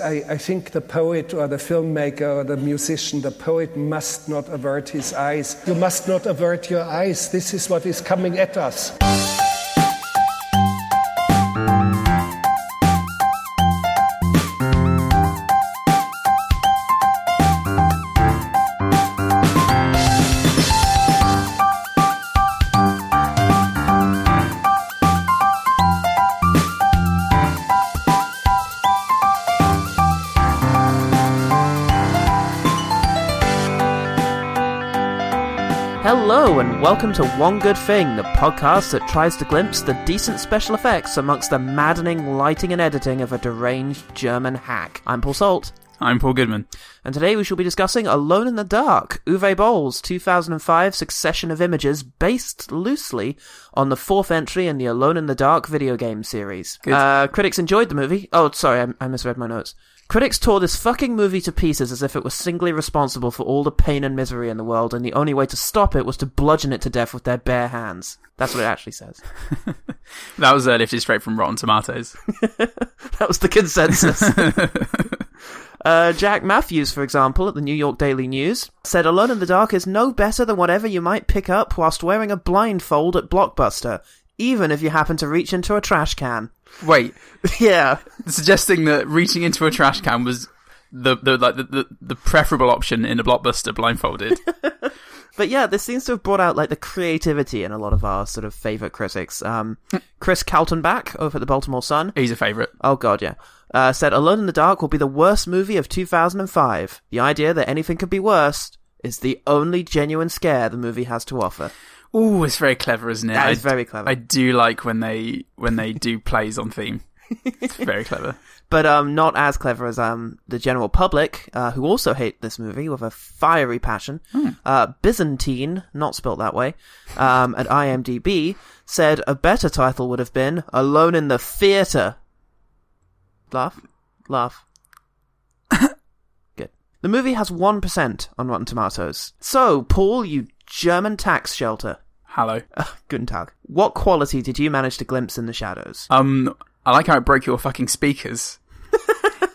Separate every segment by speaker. Speaker 1: I, I think the poet or the filmmaker or the musician, the poet must not avert his eyes. You must not avert your eyes. This is what is coming at us.
Speaker 2: Hello, and welcome to One Good Thing, the podcast that tries to glimpse the decent special effects amongst the maddening lighting and editing of a deranged German hack. I'm Paul Salt,
Speaker 3: I'm Paul Goodman.
Speaker 2: and today we shall be discussing Alone in the Dark, Uwe Boll's 2005 succession of images based loosely on the fourth entry in the Alone in the Dark video game series.
Speaker 3: Good.
Speaker 2: Uh, critics enjoyed the movie. Oh, sorry, I, I misread my notes. Critics tore this fucking movie to pieces as if it was singly responsible for all the pain and misery in the world, and the only way to stop it was to bludgeon it to death with their bare hands. That's what it actually says.
Speaker 3: That was uh, lifted straight from Rotten Tomatoes.
Speaker 2: That was the consensus. uh, Jack Matthews, for example, at the New York Daily News, said Alone in the Dark is no better than whatever you might pick up whilst wearing a blindfold at Blockbuster, even if you happen to reach into a trash can.
Speaker 3: Wait,
Speaker 2: yeah.
Speaker 3: suggesting that reaching into a trash can was the the like the, the, the preferable option in a blockbuster blindfolded.
Speaker 2: But yeah, this seems to have brought out like the creativity in a lot of our sort of favourite critics. Um, Chris Kaltenbach over at the Baltimore Sun
Speaker 3: He's a favourite.
Speaker 2: Oh god, yeah. Uh, said Alone in the Dark will be the worst movie of 2005. The idea that anything could be worse is the only genuine scare the movie has to offer.
Speaker 3: Ooh, it's very clever, isn't it?
Speaker 2: That
Speaker 3: I,
Speaker 2: is very clever.
Speaker 3: I do like when they when they do plays on theme. It's very clever.
Speaker 2: But um, not as clever as um the general public, uh, who also hate this movie with a fiery passion. Uh, Byzantine, not spelt that way, um, at IMDb said a better title would have been Alone in the Theater. Laugh, laugh. Good. The movie has one percent on Rotten Tomatoes. So, Paul, you German tax shelter.
Speaker 3: Hello.
Speaker 2: Guten Tag. What quality did you manage to glimpse in the shadows?
Speaker 3: Um, I like how it broke your fucking speakers.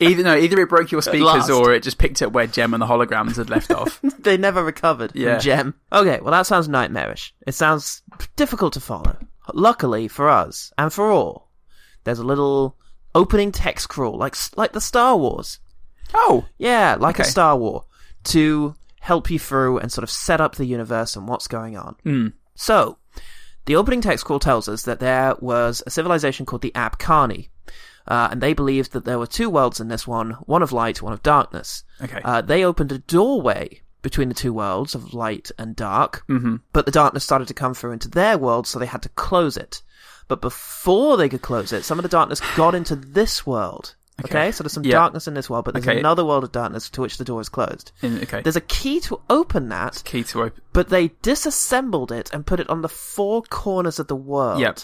Speaker 3: either no, either it broke your speakers
Speaker 2: last.
Speaker 3: or it just picked up where Gem and the holograms had left off.
Speaker 2: they never recovered
Speaker 3: Yeah.
Speaker 2: from Gem. Okay, well that sounds nightmarish. It sounds difficult to follow. Luckily for us and for all, there's a little opening text crawl like like the Star Wars.
Speaker 3: Oh,
Speaker 2: Yeah, like a
Speaker 3: Okay.
Speaker 2: Star War to help you through and sort of set up the universe and what's going on.
Speaker 3: Hmm.
Speaker 2: So, the opening text call tells us that there was a civilization called the Abkhani, uh, and they believed that there were two worlds in this one one of light, one of darkness.
Speaker 3: Okay.
Speaker 2: Uh, they opened a doorway between the two worlds of light and dark, mm-hmm. but the darkness started to come through into their world, so they had to close it. But before they could close it, some of the darkness got into this world. Okay,
Speaker 3: Okay.
Speaker 2: so there's some
Speaker 3: Yeah.
Speaker 2: darkness in this world, but there's
Speaker 3: Okay.
Speaker 2: another world of darkness to which the door is closed.
Speaker 3: In- okay.
Speaker 2: There's a key to open that,
Speaker 3: Key to open.
Speaker 2: but they disassembled it and put it on the four corners of the world.
Speaker 3: Yep.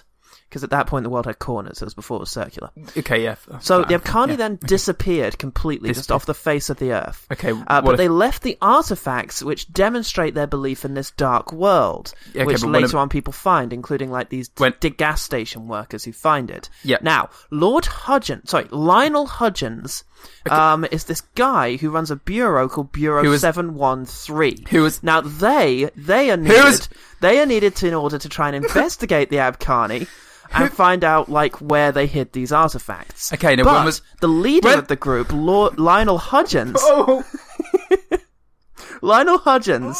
Speaker 2: Because at that point the world had corners, it was before it was circular.
Speaker 3: Okay, yeah.
Speaker 2: So the
Speaker 3: Yeah.
Speaker 2: Abkhani then disappeared completely, just
Speaker 3: Disappeared.
Speaker 2: off the face of the earth.
Speaker 3: Okay,
Speaker 2: uh, but
Speaker 3: what if-
Speaker 2: they left the artifacts which demonstrate their belief in this dark world,
Speaker 3: Yeah, okay,
Speaker 2: which
Speaker 3: but what
Speaker 2: later
Speaker 3: if-
Speaker 2: on people find, including like these
Speaker 3: When-
Speaker 2: d- gas station workers who find it.
Speaker 3: Yeah.
Speaker 2: Now, Lord Hudgens, sorry, Lionel Hudgens, um, is this guy who runs a bureau called Bureau
Speaker 3: Who was-
Speaker 2: Seven One Three.
Speaker 3: Who was-
Speaker 2: now they they are needed
Speaker 3: Who was-
Speaker 2: they are needed to, in order to try and investigate the Abkhani and find out like where they hid these artifacts.
Speaker 3: Okay, now
Speaker 2: but
Speaker 3: when was-
Speaker 2: the leader
Speaker 3: when-
Speaker 2: of the group, Lord Lionel Hudgens,
Speaker 3: Oh,
Speaker 2: Lionel Hudgens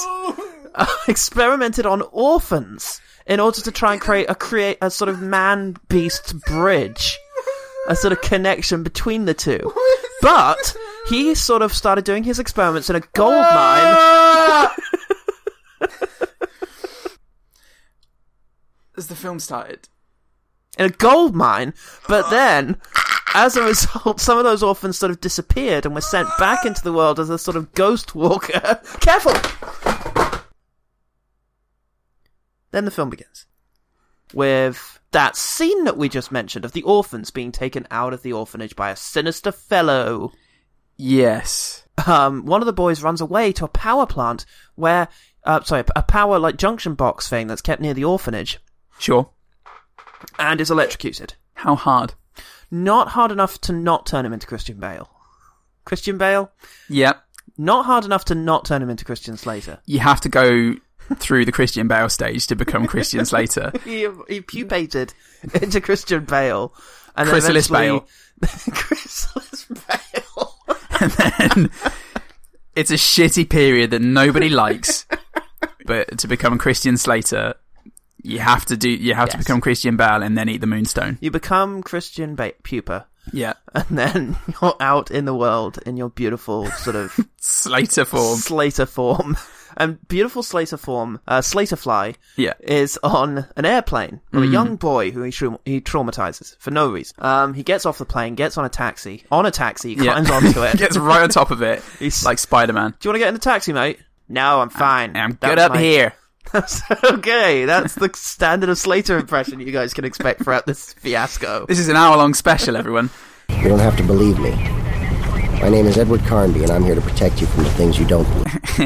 Speaker 2: uh, experimented on orphans in order to try and create a create a sort of man beast bridge, a sort of connection between the two. But he sort of started doing his experiments in a gold mine.
Speaker 3: As the film started.
Speaker 2: in a gold mine, but then, as a result, some of those orphans sort of disappeared and were sent back into the world as a sort of ghost walker. Careful! Then the film begins. With that scene that we just mentioned of the orphans being taken out of the orphanage by a sinister fellow.
Speaker 3: Yes.
Speaker 2: Um, one of the boys runs away to a power plant where, uh, sorry, a power like junction box thing that's kept near the orphanage
Speaker 3: Sure.
Speaker 2: and is electrocuted.
Speaker 3: How hard?
Speaker 2: not hard enough to not turn him into Christian Bale. Christian Bale.
Speaker 3: Yep.
Speaker 2: Not hard enough to not turn him into Christian Slater.
Speaker 3: You have to go through the Christian Bale stage to become Christian Slater.
Speaker 2: He, he pupated into Christian Bale. And then
Speaker 3: Chrysalis
Speaker 2: eventually- Chrysalis Bale.
Speaker 3: and then it's a shitty period that nobody likes. But to become Christian Slater, you have to do. You have to
Speaker 2: Yes.
Speaker 3: become Christian Bale and then eat the Moonstone.
Speaker 2: You become Christian ba- Pupa.
Speaker 3: Yeah,
Speaker 2: And then you're out in the world in your beautiful sort of
Speaker 3: Slater form.
Speaker 2: Slater form. And beautiful Slater form, uh, Slaterfly,
Speaker 3: Yeah,
Speaker 2: is on an airplane with
Speaker 3: Mm.
Speaker 2: a young boy who he, trau- he traumatizes for no reason. Um, he gets off the plane, gets on a taxi. On a taxi,
Speaker 3: yeah.
Speaker 2: climbs onto it.
Speaker 3: Gets right on top of it,
Speaker 2: He's-
Speaker 3: like Spider Man.
Speaker 2: Do you want to get in a taxi, mate? No, I'm fine.
Speaker 3: I'm
Speaker 2: That
Speaker 3: good
Speaker 2: was
Speaker 3: up
Speaker 2: my-
Speaker 3: here.
Speaker 2: That's okay. That's the standard of Slater impression you guys can expect throughout this fiasco.
Speaker 3: This is an hour long special, everyone.
Speaker 4: You don't have to believe me. My name is Edward Carnby, and I'm here to protect you from the things you don't believe.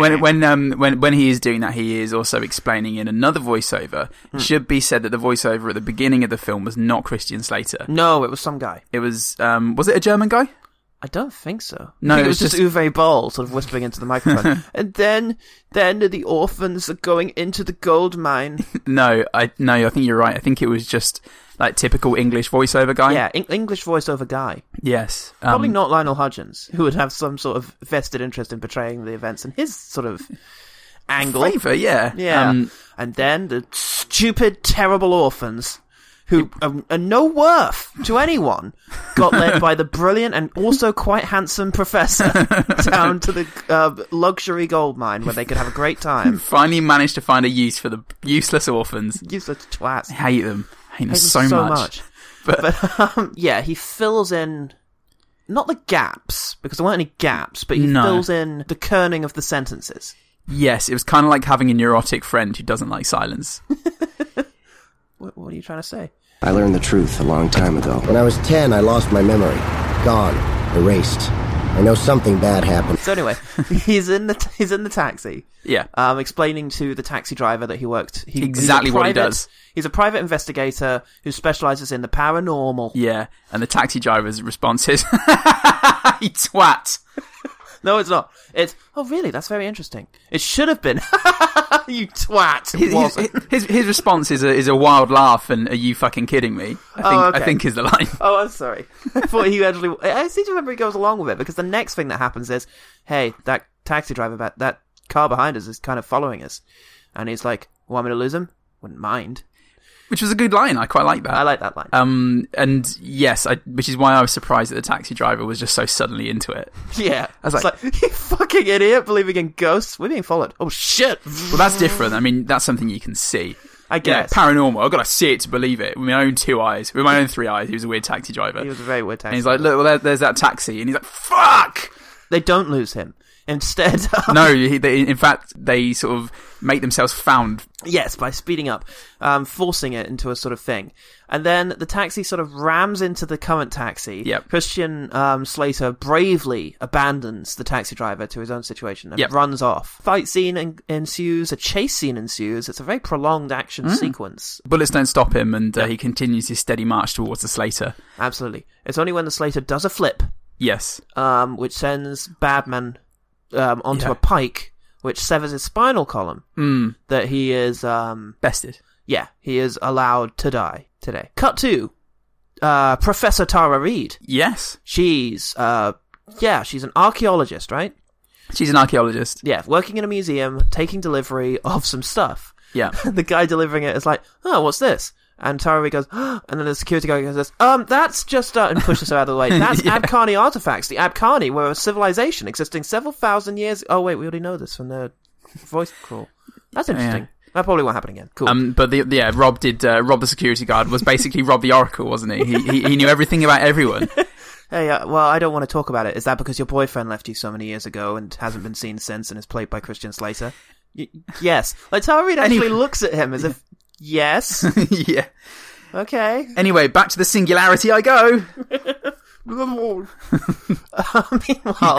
Speaker 3: when when um when when he is doing that, he is also explaining in another voiceover. It Should be said that the voiceover at the beginning of the film was not Christian Slater.
Speaker 2: No, it was some guy.
Speaker 3: It was um was it a German guy?
Speaker 2: I don't think so.
Speaker 3: No,
Speaker 2: I think
Speaker 3: it
Speaker 2: it was
Speaker 3: was
Speaker 2: just Uwe Boll sort of whispering into the microphone. and then, then the orphans are going into the gold mine.
Speaker 3: No, I no, I think you're right. I think it was just like typical English voiceover guy.
Speaker 2: yeah, Eng- English voiceover guy.
Speaker 3: Yes. Um,
Speaker 2: Probably not Lionel Hudgens, who would have some sort of vested interest in portraying the events in his sort of angle.
Speaker 3: Flavor, yeah.
Speaker 2: Yeah.
Speaker 3: Um,
Speaker 2: and then the stupid, terrible orphans who are, are no worth to anyone got led by the brilliant and also quite handsome professor down to the uh, luxury gold mine where they could have a great time.
Speaker 3: finally managed to find a use for the useless orphans.
Speaker 2: Useless twats. Hate
Speaker 3: Hate them. Hate them
Speaker 2: them
Speaker 3: so, much.
Speaker 2: But, um, yeah, he fills in not the gaps because there weren't any gaps, but he
Speaker 3: No.
Speaker 2: fills in the kerning of the sentences.
Speaker 3: Yes, it was kind of like having a neurotic friend who doesn't like silence.
Speaker 2: What, what are you trying to say?
Speaker 5: I learned the truth a long time ago.
Speaker 4: When I was 10, I lost my memory. Gone. Erased. I know something bad happened.
Speaker 2: So anyway, he's in the he's in the taxi.
Speaker 3: Yeah.
Speaker 2: um, explaining to the taxi driver that he worked he,
Speaker 3: Exactly
Speaker 2: he's a
Speaker 3: what he
Speaker 2: private-
Speaker 3: does.
Speaker 2: He's a private investigator who specializes in the paranormal.
Speaker 3: yeah, and the taxi driver's response is, "You twat."
Speaker 2: No, it's not. It's oh, really? That's very interesting. It should have been. you twat. It
Speaker 3: His,
Speaker 2: wasn't.
Speaker 3: his- his, his response is a, is a wild laugh and are you fucking kidding me? I think, I
Speaker 2: okay.
Speaker 3: think is the line.
Speaker 2: Oh, I'm sorry. I thought he actually. I seem to remember he goes along with it because the next thing that happens is, hey, that taxi driver, that that car behind us is kind of following us, and he's like, "Want me to lose him? Wouldn't mind."
Speaker 3: Which was a good line. I quite like that.
Speaker 2: I like that line.
Speaker 3: Um, and yes, I, which is why I was surprised that the taxi driver was just so suddenly into it.
Speaker 2: Yeah.
Speaker 3: was
Speaker 2: It's
Speaker 3: like-
Speaker 2: you fucking idiot believing in ghosts. We're being followed. Oh shit.
Speaker 3: Well, that's different. I mean, that's something you can see.
Speaker 2: I
Speaker 3: Yeah,
Speaker 2: guess.
Speaker 3: paranormal. I've got to see it to believe it with my own two eyes, with my own three eyes. He was a weird taxi driver.
Speaker 2: he was a very weird taxi.
Speaker 3: and he's like, look, well, there, there's that taxi, and he's like, fuck.
Speaker 2: they don't lose him. Instead,
Speaker 3: No, he, they, in fact, they sort of make themselves found.
Speaker 2: yes, by speeding up, um, forcing it into a sort of thing, and then the taxi sort of rams into the current taxi.
Speaker 3: Yep.
Speaker 2: Christian um, Slater bravely abandons the taxi driver to his own situation and
Speaker 3: Yep.
Speaker 2: runs off. Fight scene en- ensues, a chase scene ensues. It's a very prolonged action
Speaker 3: Mm.
Speaker 2: sequence.
Speaker 3: Bullets don't stop him, and uh, he continues his steady march towards the Slater.
Speaker 2: Absolutely, it's only when the Slater does a flip
Speaker 3: Yes,
Speaker 2: um, which sends Badman um, onto
Speaker 3: Yeah.
Speaker 2: a pike, which severs his spinal column. Mm. That he is, um,
Speaker 3: bested.
Speaker 2: yeah, he is allowed to die today. Cut to uh, Professor Tara Reid.
Speaker 3: Yes,
Speaker 2: She's, uh, yeah, she's an archaeologist, right?
Speaker 3: she's an archaeologist.
Speaker 2: Yeah, working in a museum, taking delivery of some stuff.
Speaker 3: Yeah,
Speaker 2: the guy delivering it is like, "Oh, what's this?" And Tyree goes, and then the security guy goes, this, "Um, that's just uh," and pushes her out of the way. That's Abkhani artifacts. The Abkhani were a civilization existing several thousand years. Oh wait, we already know this from the voice crawl. That's interesting. That probably won't happen again. Cool.
Speaker 3: Um, but the, yeah, Rob did. Uh, Rob the security guard was basically Rob the Oracle, wasn't he? He, he? he knew everything about everyone.
Speaker 2: hey, uh, well, I don't want to talk about it. Is that because your boyfriend left you so many years ago and hasn't been seen since, and is played by Christian Slater? Y- yes. Like Tyree actually
Speaker 3: Anyway.
Speaker 2: looks at him as if, yes,
Speaker 3: yeah.
Speaker 2: okay.
Speaker 3: Anyway, back to the singularity I go.
Speaker 2: meanwhile,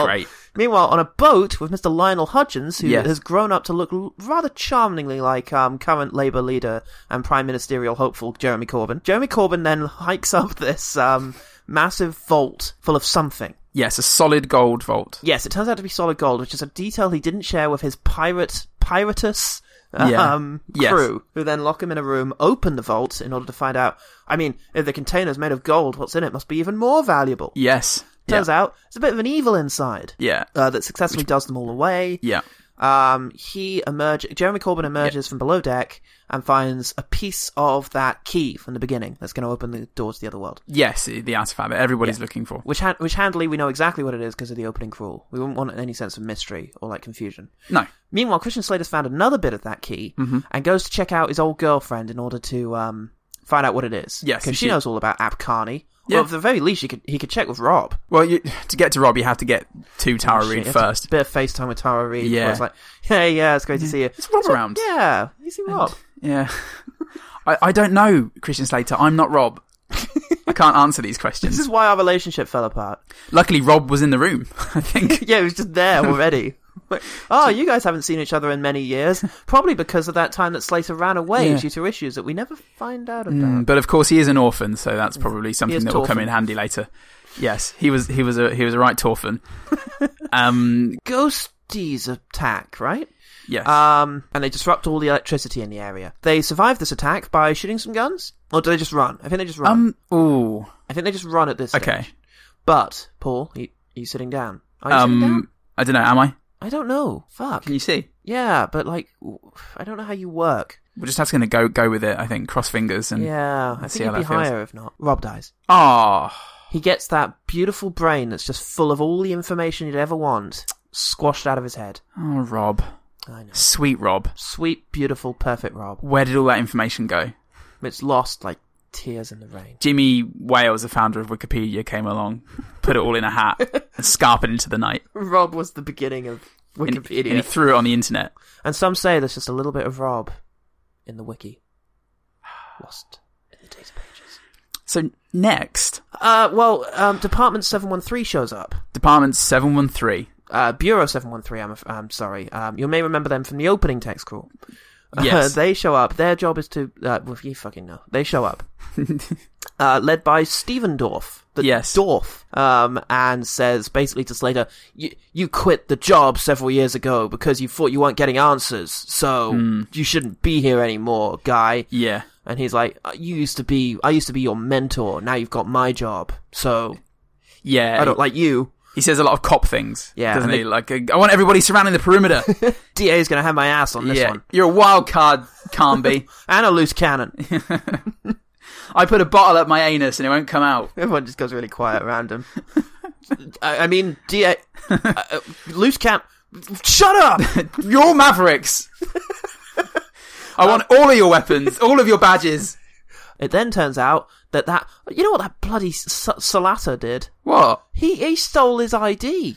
Speaker 3: Great.
Speaker 2: meanwhile, on a boat with Mr. Lionel Hudgens, who
Speaker 3: Yes.
Speaker 2: has grown up to look l- rather charmingly like um, current Labour leader and prime ministerial hopeful Jeremy Corbyn. Jeremy Corbyn then hikes up this um, massive vault full of something.
Speaker 3: Yes, a solid gold vault.
Speaker 2: Yes, it turns out to be solid gold, which is a detail he didn't share with his pirate piratus
Speaker 3: Yeah.
Speaker 2: um,
Speaker 3: Yes.
Speaker 2: crew, who then lock him in a room, open the vault in order to find out. I mean, if the container's made of gold, what's in it must be even more valuable.
Speaker 3: Yes.
Speaker 2: Turns
Speaker 3: yeah.
Speaker 2: out it's a bit of an evil inside.
Speaker 3: Yeah.
Speaker 2: Uh, that successfully does them all away.
Speaker 3: Yeah.
Speaker 2: Um, he emerge. Jeremy Corbyn emerges from below deck and finds a piece of that key from the beginning that's going to open the door to the other world.
Speaker 3: Yes, the artifact that everybody's looking for.
Speaker 2: Which, han- which handily we know exactly what it is because of the opening crawl. We wouldn't want any sense of mystery or like confusion.
Speaker 3: No.
Speaker 2: Meanwhile, Christian Slater's found another bit of that key
Speaker 3: Mm-hmm.
Speaker 2: and goes to check out his old girlfriend in order to um, find out what it is.
Speaker 3: Yes,
Speaker 2: because
Speaker 3: and
Speaker 2: she,
Speaker 3: she-
Speaker 2: knows all about Abkhani.
Speaker 3: Yeah.
Speaker 2: Well, at the very least, he could he could check with Rob.
Speaker 3: Well, you, to get to Rob, you have to get to Tara
Speaker 2: Oh, Shit,
Speaker 3: Reid
Speaker 2: you have to-
Speaker 3: first.
Speaker 2: bit of FaceTime with Tara Reid.
Speaker 3: Yeah.
Speaker 2: where it's like, hey, yeah, it's great to see you.
Speaker 3: It's Rob
Speaker 2: So,
Speaker 3: around.
Speaker 2: Yeah, you see Rob.
Speaker 3: Yeah. I, I don't know, Christian Slater. I'm not Rob. I can't answer these questions.
Speaker 2: This is why our relationship fell apart.
Speaker 3: Luckily, Rob was in the room, I think.
Speaker 2: Yeah, it was just there already. Like, oh, you guys haven't seen each other in many years, probably because of that time that Slater ran away
Speaker 3: Yeah.
Speaker 2: due to issues that we never find out about.
Speaker 3: Mm, but of course, he is an orphan, so that's probably something
Speaker 2: is
Speaker 3: that will come
Speaker 2: Torfin.
Speaker 3: in handy later. Yes, he was he was a he was a right torfin. um,
Speaker 2: Ghosties attack, right?
Speaker 3: yes,
Speaker 2: Um, and they disrupt all the electricity in the area. They survive this attack by shooting some guns, or do they just run? I think they just run.
Speaker 3: um, ooh,
Speaker 2: I think they just run at this. Stage.
Speaker 3: okay.
Speaker 2: But Paul, you, you sitting down? Are you sitting down?
Speaker 3: Um, I don't know. Am I?
Speaker 2: I don't know. Fuck.
Speaker 3: Can you see?
Speaker 2: Yeah, but like, w- I don't know how you work.
Speaker 3: We're just have to gonna go go with it. I think. Cross fingers and
Speaker 2: Yeah, I
Speaker 3: Let's
Speaker 2: think
Speaker 3: see
Speaker 2: you'd
Speaker 3: how
Speaker 2: be
Speaker 3: that feels.
Speaker 2: higher if not. Rob dies.
Speaker 3: Ah,
Speaker 2: He gets that beautiful brain that's just full of all the information you'd ever want squashed out of his head.
Speaker 3: oh, Rob,
Speaker 2: I know.
Speaker 3: sweet Rob.
Speaker 2: Sweet, beautiful, perfect Rob.
Speaker 3: Where did all that information go?
Speaker 2: It's lost like tears in the rain.
Speaker 3: Jimmy Wales, the founder of Wikipedia, came along, put it all in a hat, and scarp it into the night.
Speaker 2: Rob was the beginning of
Speaker 3: And,
Speaker 2: Wikipedia.
Speaker 3: and he threw it on the internet.
Speaker 2: And some say there's just a little bit of Rob in the wiki. Lost in the data pages.
Speaker 3: So next,
Speaker 2: Uh, well, um, Department 713 shows up.
Speaker 3: Department Seven One Three.
Speaker 2: Uh, Bureau 713, I'm, af- I'm sorry. Um, you may remember them from the opening text crawl.
Speaker 3: Yes.
Speaker 2: they show up. Their job is to. Uh, well, you fucking know. They show up. uh, led by Steven Dorff. The
Speaker 3: Yes.
Speaker 2: Dorff. Um, and says basically to Slater, "You- you quit the job several years ago because you thought you weren't getting answers. So
Speaker 3: Hmm.
Speaker 2: you shouldn't be here anymore, guy.
Speaker 3: Yeah.
Speaker 2: And he's like, "Uh, you used to be, I used to be your mentor. Now you've got my job. So
Speaker 3: Yeah.
Speaker 2: I don't like you.
Speaker 3: he says a lot of cop things.
Speaker 2: Yeah,
Speaker 3: Doesn't
Speaker 2: and
Speaker 3: he?
Speaker 2: they-
Speaker 3: Like, uh, I want everybody surrounding the perimeter.
Speaker 2: DA is going to have my ass on this
Speaker 3: yeah.
Speaker 2: one.
Speaker 3: You're a wild card, Carnby.
Speaker 2: And a loose cannon.
Speaker 3: I put a bottle up my anus and it won't come out.
Speaker 2: Everyone just goes really quiet around him. I, I mean, DA, uh, uh, loose cannon. Shut up!
Speaker 3: You're all mavericks. I want all of your weapons, all of your badges.
Speaker 2: It then turns out that that you know what that bloody S- Salata did.
Speaker 3: What?
Speaker 2: He he stole his ID.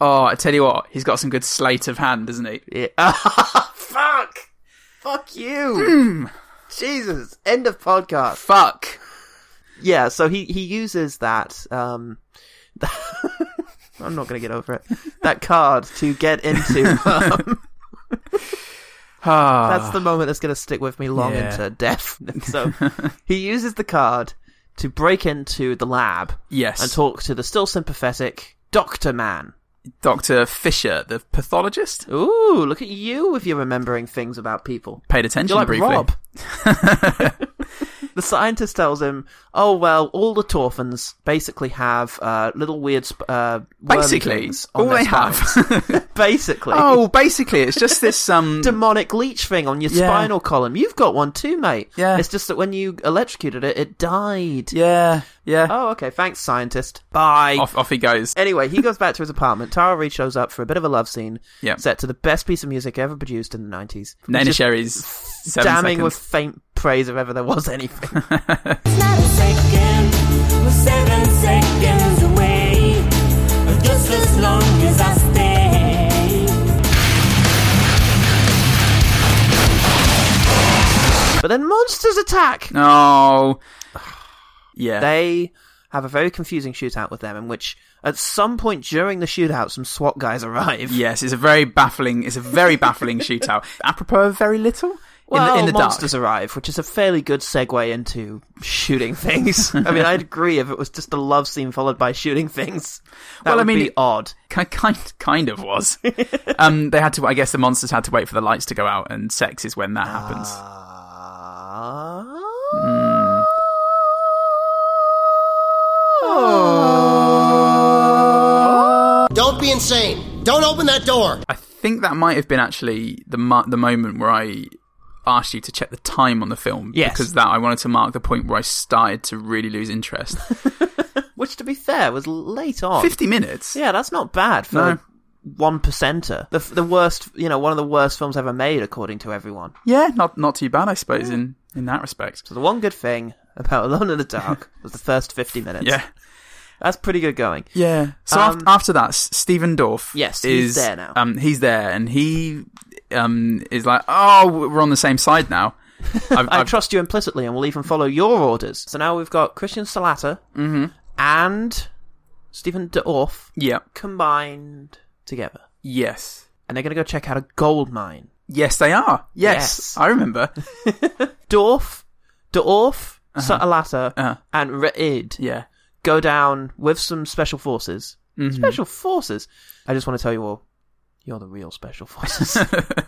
Speaker 3: Oh, I tell you what, he's got some good sleight of hand, doesn't he?
Speaker 2: Fuck! Fuck you! Jesus! End of podcast.
Speaker 3: Fuck.
Speaker 2: Yeah, so he he uses that. Um, I'm not gonna get over it. That card to get into. Um,
Speaker 3: Ah.
Speaker 2: that's the moment that's gonna stick with me long
Speaker 3: Yeah.
Speaker 2: into death. So he uses the card to break into the lab
Speaker 3: yes.
Speaker 2: and talk to the still sympathetic Doctor Man.
Speaker 3: Dr. Fisher, the pathologist,
Speaker 2: Ooh, look at you if you're remembering things about people.
Speaker 3: paid attention
Speaker 2: You're like
Speaker 3: briefly.
Speaker 2: Rob. the scientist tells him, "Oh well, all the Torfans basically have uh, little weird, sp- uh, wormy
Speaker 3: Basically,
Speaker 2: things on
Speaker 3: all
Speaker 2: their
Speaker 3: they have.
Speaker 2: spines. basically,
Speaker 3: oh, basically, it's just this um
Speaker 2: demonic leech thing on your
Speaker 3: Yeah.
Speaker 2: spinal column. You've got one too, mate.
Speaker 3: Yeah.
Speaker 2: it's just that when you electrocuted it, it died.
Speaker 3: Yeah, yeah.
Speaker 2: Oh, okay. Thanks, scientist. Bye.
Speaker 3: Off, off he goes.
Speaker 2: Anyway, he goes back to his apartment. Tara Reid shows up for a bit of a love scene,
Speaker 3: Yeah.
Speaker 2: set to the best piece of music ever produced in the nineties.
Speaker 3: Nana Sherry's seven
Speaker 2: Damning
Speaker 3: seconds.
Speaker 2: with faint praise if ever there was anything.
Speaker 6: Not a second, we're seven seconds away. Just as long as I stay.
Speaker 2: But then monsters attack.
Speaker 3: Oh, yeah.
Speaker 2: They have a very confusing shootout with them, in which at some point during the shootout, some SWAT guys arrive.
Speaker 3: yes, it's a very baffling. It's a very baffling shootout. Apropos of very little.
Speaker 2: Well,
Speaker 3: in the dark.
Speaker 2: monsters arrive, which is a fairly good segue into shooting things. I mean, I'd agree if it was just a love scene followed by shooting things. That
Speaker 3: Well, I
Speaker 2: would
Speaker 3: mean-
Speaker 2: be odd.
Speaker 3: Kind kind kind of was. um, they had to. I guess the monsters had to wait for the lights to go out, and sex is when that happens.
Speaker 2: Uh,
Speaker 4: Don't be insane. Don't open that door.
Speaker 3: I think that might have been actually the mo- the moment where I asked you to check the time on the film
Speaker 2: Yes.
Speaker 3: because that I wanted to mark the point where I started to really lose interest.
Speaker 2: Which, to be fair, was late on.
Speaker 3: 50 minutes.
Speaker 2: Yeah, that's not bad for
Speaker 3: No.
Speaker 2: one percenter. The the worst, you know, one of the worst films ever made, according to everyone.
Speaker 3: Yeah, not not too bad I suppose in in that respect.
Speaker 2: So the one good thing about Alone in the Dark was the first fifty minutes.
Speaker 3: Yeah.
Speaker 2: that's pretty good going.
Speaker 3: Yeah. So
Speaker 2: Um,
Speaker 3: af- after that, S- Stephen Dorff.
Speaker 2: Yes,
Speaker 3: is,
Speaker 2: he's there now.
Speaker 3: Um, he's there, and he um is like, oh, we're on the same side now. I've,
Speaker 2: I
Speaker 3: I've-
Speaker 2: trust you implicitly, and will even follow your orders. So now we've got Christian Salata
Speaker 3: Mm-hmm.
Speaker 2: and Stephen Dorff
Speaker 3: Yeah.
Speaker 2: combined together,
Speaker 3: Yes.
Speaker 2: and they're going to go check out a gold mine.
Speaker 3: Yes, they are. Yes,
Speaker 2: Yes.
Speaker 3: I remember.
Speaker 2: Dorff, Dorff,
Speaker 3: Uh-huh.
Speaker 2: Salata, and Raid.
Speaker 3: Yeah.
Speaker 2: go down with some special forces.
Speaker 3: Mm-hmm.
Speaker 2: Special forces. I just want to tell you all, you're the real special forces.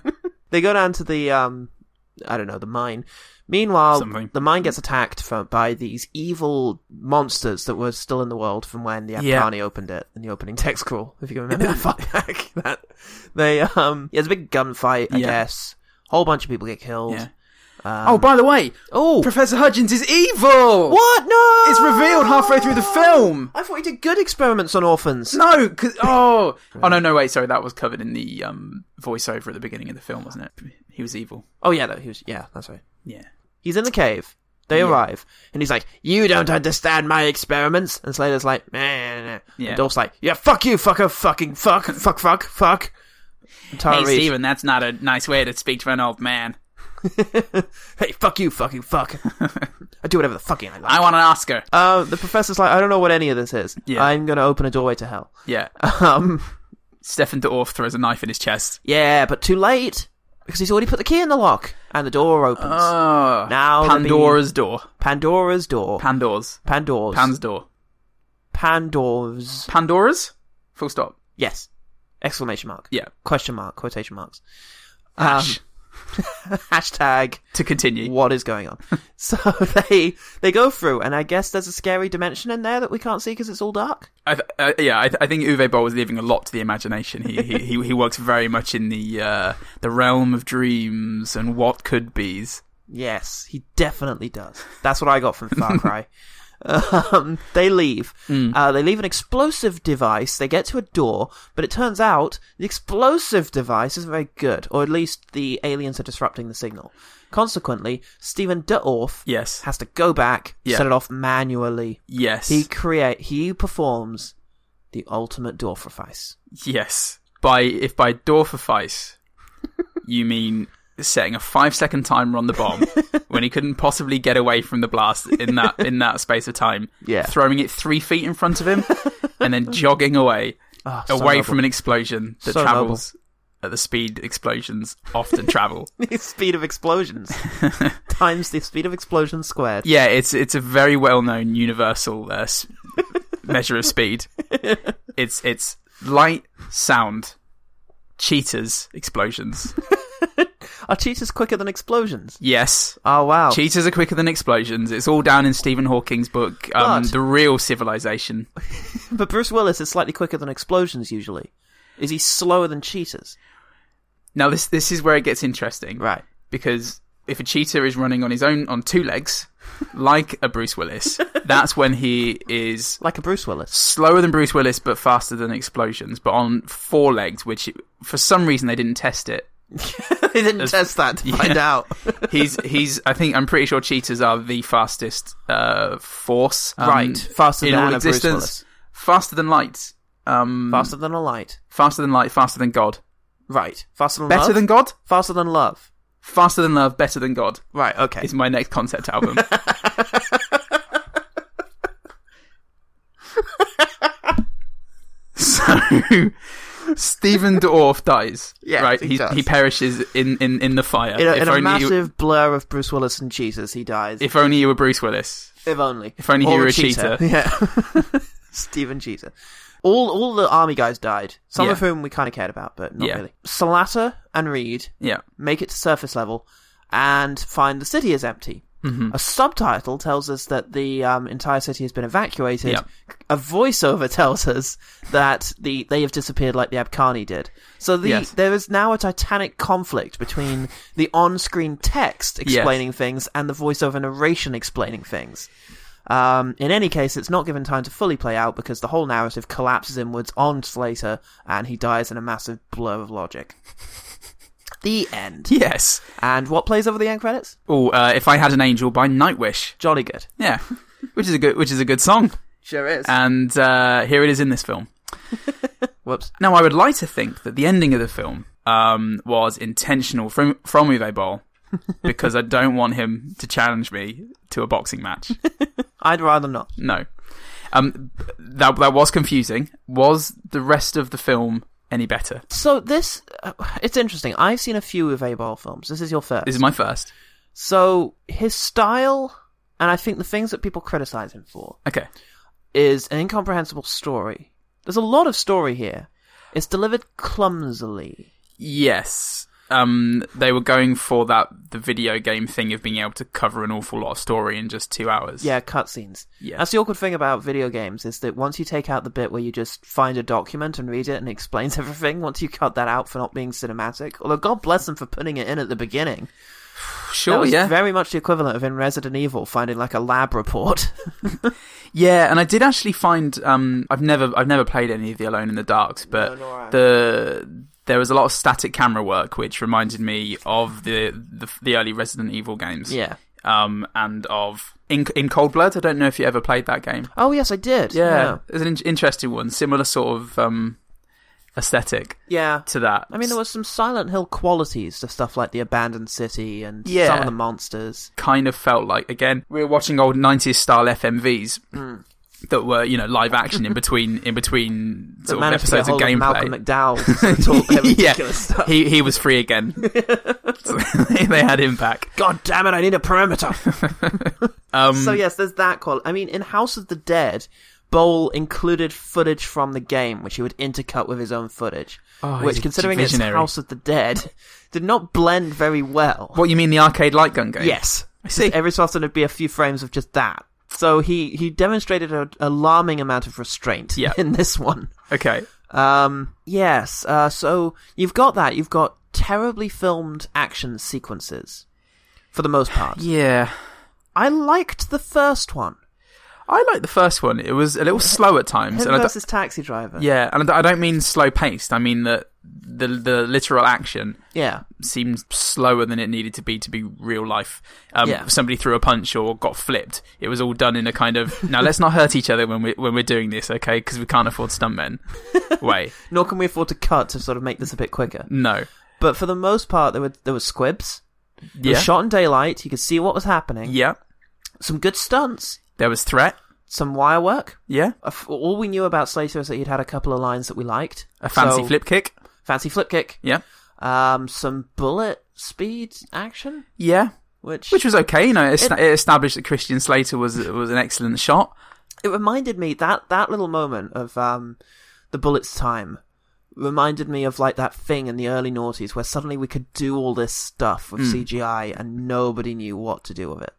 Speaker 2: they go down to the um, I don't know, the mine. Meanwhile,
Speaker 3: Something.
Speaker 2: the mine gets attacked from, by these evil monsters that were still in the world from when the
Speaker 3: Yeah.
Speaker 2: Afghani opened it in the opening text crawl. If you can remember that far back, that they um, yeah, it's a big gunfight. I
Speaker 3: Yeah.
Speaker 2: guess whole bunch of people get killed.
Speaker 3: Yeah.
Speaker 2: Um,
Speaker 3: oh, by the way,
Speaker 2: Oh,
Speaker 3: Professor Hudgens is evil.
Speaker 2: what? No,
Speaker 3: It's revealed halfway through the film.
Speaker 2: I thought he did good experiments on orphans.
Speaker 3: No, 'cause- oh, oh no, no, wait, sorry, that was covered in the um, voiceover at the beginning of the film, wasn't it? He was evil.
Speaker 2: Oh yeah, no, he was. Yeah, that's right.
Speaker 3: Yeah.
Speaker 2: He's in the cave. They arrive, and he's like, "You don't understand my experiments." And Slater's like, "Man," nah, nah.
Speaker 3: Yeah.
Speaker 2: and Dolph's like, "Yeah, fuck you, fucker, fucking fuck, fuck, fuck, fuck." And Tara Reid,
Speaker 3: that's not a nice way to speak to an old man.
Speaker 2: hey, fuck you, fucking fuck. I do whatever the fucking I like.
Speaker 3: want an Oscar.
Speaker 2: Uh, the professor's like, "I don't know what any of this is.
Speaker 3: Yeah.
Speaker 2: I'm gonna open a doorway to hell."
Speaker 3: yeah.
Speaker 2: Um,
Speaker 3: Stefan Dorff throws a knife in his chest.
Speaker 2: yeah, but too late because he's already put the key in the lock, and the door opens.
Speaker 3: Oh.
Speaker 2: Now there'll be-
Speaker 3: Pandora's door.
Speaker 2: Pandora's door.
Speaker 3: Pandora's.
Speaker 2: Pandora's.
Speaker 3: Pan's door.
Speaker 2: Pandora's.
Speaker 3: Pandora's? Full stop.
Speaker 2: Yes. Exclamation mark.
Speaker 3: Yeah.
Speaker 2: Question mark. Quotation marks. Um, hashtag.
Speaker 3: To continue.
Speaker 2: What is going on? so they they go through, and I guess there's a scary dimension in there that we can't see because it's all dark.
Speaker 3: I th- uh, yeah, I, th- I think Uwe Boll was leaving a lot to the imagination. He he, he, he works very much in the uh, the realm of dreams and what could be's.
Speaker 2: Yes, he definitely does. That's what I got from Far Cry. um, they leave. Uh, they leave an explosive device. They get to a door, but it turns out the explosive device isn't very good, or at least the aliens are disrupting the signal. Consequently, Stephen Dorff
Speaker 3: Yes.
Speaker 2: has to go back,
Speaker 3: Yeah.
Speaker 2: set it off manually.
Speaker 3: Yes.
Speaker 2: He create he performs the ultimate Dorferfice.
Speaker 3: Yes. By if by Dorferfice you mean setting a five second timer on the bomb when he couldn't possibly get away from the blast in that in that space of time.
Speaker 2: Yeah.
Speaker 3: Throwing it three feet in front of him and then jogging away.
Speaker 2: Ah, so
Speaker 3: away
Speaker 2: noble.
Speaker 3: from an explosion that
Speaker 2: So noble.
Speaker 3: travels at the speed explosions often travel.
Speaker 2: The speed of explosions times the speed of explosions squared.
Speaker 3: yeah, it's it's a very well known universal uh, s- measure of speed. It's it's light, sound, cheetahs, explosions.
Speaker 2: Are cheetahs quicker than explosions?
Speaker 3: Yes.
Speaker 2: Oh wow!
Speaker 3: Cheetahs are quicker than explosions. It's all down in Stephen Hawking's book, um,
Speaker 2: But-
Speaker 3: The Real Civilization.
Speaker 2: but Bruce Willis is slightly quicker than explosions usually. Is he slower than cheetahs?
Speaker 3: Now this this is where it gets interesting,
Speaker 2: Right.
Speaker 3: Because if a cheetah is running on his own on two legs, like a Bruce Willis, that's when he is
Speaker 2: Like a Bruce Willis.
Speaker 3: slower than Bruce Willis, but faster than explosions, but on four legs, which for some reason they didn't test it.
Speaker 2: they didn't test that to find out.
Speaker 3: He's he's I think I'm pretty sure cheetahs are the fastest uh, force um,
Speaker 2: Right. Faster
Speaker 3: in
Speaker 2: than
Speaker 3: all
Speaker 2: a Bruce
Speaker 3: existence,
Speaker 2: Willis.
Speaker 3: faster than light, um,
Speaker 2: faster than a light.
Speaker 3: faster than light, faster than God,
Speaker 2: Right. Faster than
Speaker 3: better
Speaker 2: love?
Speaker 3: than God,
Speaker 2: faster than love.
Speaker 3: faster than love, better than God.
Speaker 2: Right. Okay.
Speaker 3: Is my next concept album. so Stephen Dorff dies.
Speaker 2: Yeah,
Speaker 3: right.
Speaker 2: he
Speaker 3: He,
Speaker 2: does.
Speaker 3: he perishes in, in, in the fire.
Speaker 2: In a, in
Speaker 3: if
Speaker 2: a
Speaker 3: only
Speaker 2: massive
Speaker 3: you,
Speaker 2: blur of Bruce Willis and Jesus, he dies.
Speaker 3: if only you were Bruce Willis.
Speaker 2: If only.
Speaker 3: If only he
Speaker 2: Or
Speaker 3: were a cheater.
Speaker 2: Yeah. Stephen Cheater. All all the army guys died. Some
Speaker 3: Yeah.
Speaker 2: of whom we kind of cared about, but not
Speaker 3: Yeah.
Speaker 2: really. Salata and Reed
Speaker 3: Yeah.
Speaker 2: make it to surface level and find the city is empty.
Speaker 3: Mm-hmm.
Speaker 2: A subtitle tells us that the um, entire city has been evacuated.
Speaker 3: Yeah.
Speaker 2: A voiceover tells us that the they have disappeared like the Abkhani did. So the
Speaker 3: Yes.
Speaker 2: there is now a titanic conflict between the on-screen text explaining things and the voiceover narration explaining things. Um, in any case, it's not given time to fully play out because the whole narrative collapses inwards on Slater, and he dies in a massive blur of logic. The end.
Speaker 3: Yes.
Speaker 2: And what plays over the end credits?
Speaker 3: Oh, uh, if I had an angel by Nightwish.
Speaker 2: Jolly good.
Speaker 3: Yeah. Which is a good which is a good song.
Speaker 2: Sure is.
Speaker 3: And uh, here it is in this film.
Speaker 2: Whoops.
Speaker 3: Now, I would like to think that the ending of the film um, was intentional from from Uwe Boll because I don't want him to challenge me to a boxing match.
Speaker 2: I'd rather not.
Speaker 3: No, um, that that was confusing. Was the rest of the film any better?
Speaker 2: So this, uh, it's interesting. I've seen a few of A-Ball films. This is your first.
Speaker 3: This is my first.
Speaker 2: so his style, and I think the things that people criticize him for,
Speaker 3: Okay,
Speaker 2: is an incomprehensible story. There's a lot of story here. It's delivered clumsily.
Speaker 3: yes. Um, they were going for that the video game thing of being able to cover an awful lot of story in just two hours.
Speaker 2: Yeah, cutscenes.
Speaker 3: Yeah.
Speaker 2: That's the awkward thing about video games is that once you take out the bit where you just find a document and read it and it explains everything, once you cut that out for not being cinematic, although God bless them for putting it in at the beginning. That
Speaker 3: sure.
Speaker 2: was
Speaker 3: Yeah,
Speaker 2: very much the equivalent of in Resident Evil finding like a lab report.
Speaker 3: Yeah, and I did actually find um, I've never I've never played any of the Alone in the Darks, but the there was a lot of static camera work, which reminded me of the the, the early Resident Evil games.
Speaker 2: yeah.
Speaker 3: Um, and of in in Cold Blood. I don't know if you ever played that game.
Speaker 2: Oh yes, I did.
Speaker 3: Yeah, it's an in- interesting one, similar sort of um, aesthetic
Speaker 2: Yeah.
Speaker 3: to that.
Speaker 2: I mean, there was some Silent Hill qualities to stuff like the abandoned city and
Speaker 3: Yeah.
Speaker 2: some of the monsters.
Speaker 3: kind of felt like again we were watching old 90s style FMVs
Speaker 2: Hmm.
Speaker 3: that were you know live action in between in between
Speaker 2: That
Speaker 3: sort of
Speaker 2: managed to get
Speaker 3: episodes of
Speaker 2: hold of
Speaker 3: gameplay.
Speaker 2: Malcolm McDowell to talk their ridiculous stuff.
Speaker 3: He he was free again. So they had him back.
Speaker 2: God damn it, I need a perimeter.
Speaker 3: Um,
Speaker 2: so yes, there's that quality. I mean, in House of the Dead, Bowl included footage from the game, which he would intercut with his own footage.
Speaker 3: Oh, he's
Speaker 2: which,
Speaker 3: a
Speaker 2: considering it's
Speaker 3: visionary.
Speaker 2: House of the Dead, did not blend very well.
Speaker 3: What you mean the arcade light gun game?
Speaker 2: Yes.
Speaker 3: I see.
Speaker 2: Every so often there'd be a few frames of just that. So he, he demonstrated an alarming amount of restraint
Speaker 3: Yeah.
Speaker 2: in this one.
Speaker 3: Okay.
Speaker 2: Um, yes, uh, so you've got that. You've got terribly filmed action sequences, for the most part.
Speaker 3: Yeah.
Speaker 2: I liked the first one.
Speaker 3: I like the first one. It was a little slow at times,
Speaker 2: Him
Speaker 3: and I don't-
Speaker 2: versus Taxi Driver.
Speaker 3: yeah, and I don't- I don't mean slow paced. I mean that the the literal action
Speaker 2: Yeah.
Speaker 3: seemed slower than it needed to be to be real life. Um,
Speaker 2: Yeah.
Speaker 3: Somebody threw a punch or got flipped. It was all done in a kind of now let's not hurt each other when we when we're doing this, okay? Because we can't afford stuntmen. Way
Speaker 2: Nor can we afford to cut to sort of make this a bit quicker.
Speaker 3: no.
Speaker 2: But for the most part, there were there were squibs. It
Speaker 3: Yeah.
Speaker 2: was shot in daylight. You could see what was happening.
Speaker 3: Yeah.
Speaker 2: Some good stunts.
Speaker 3: There was threat.
Speaker 2: Some wire work.
Speaker 3: Yeah.
Speaker 2: A f- All we knew about Slater is that he'd had a couple of lines that we liked.
Speaker 3: A fancy
Speaker 2: So,
Speaker 3: flip kick.
Speaker 2: fancy flip kick.
Speaker 3: Yeah.
Speaker 2: Um, some bullet speed action,
Speaker 3: Yeah.
Speaker 2: which
Speaker 3: Which was okay, you know. It,
Speaker 2: It-
Speaker 3: esta- it established that Christian Slater was was an excellent shot.
Speaker 2: it reminded me that that little moment of um the bullets time reminded me of like that thing in the early noughties where suddenly we could do all this stuff
Speaker 3: Hmm.
Speaker 2: with CGI and nobody knew what to do with it.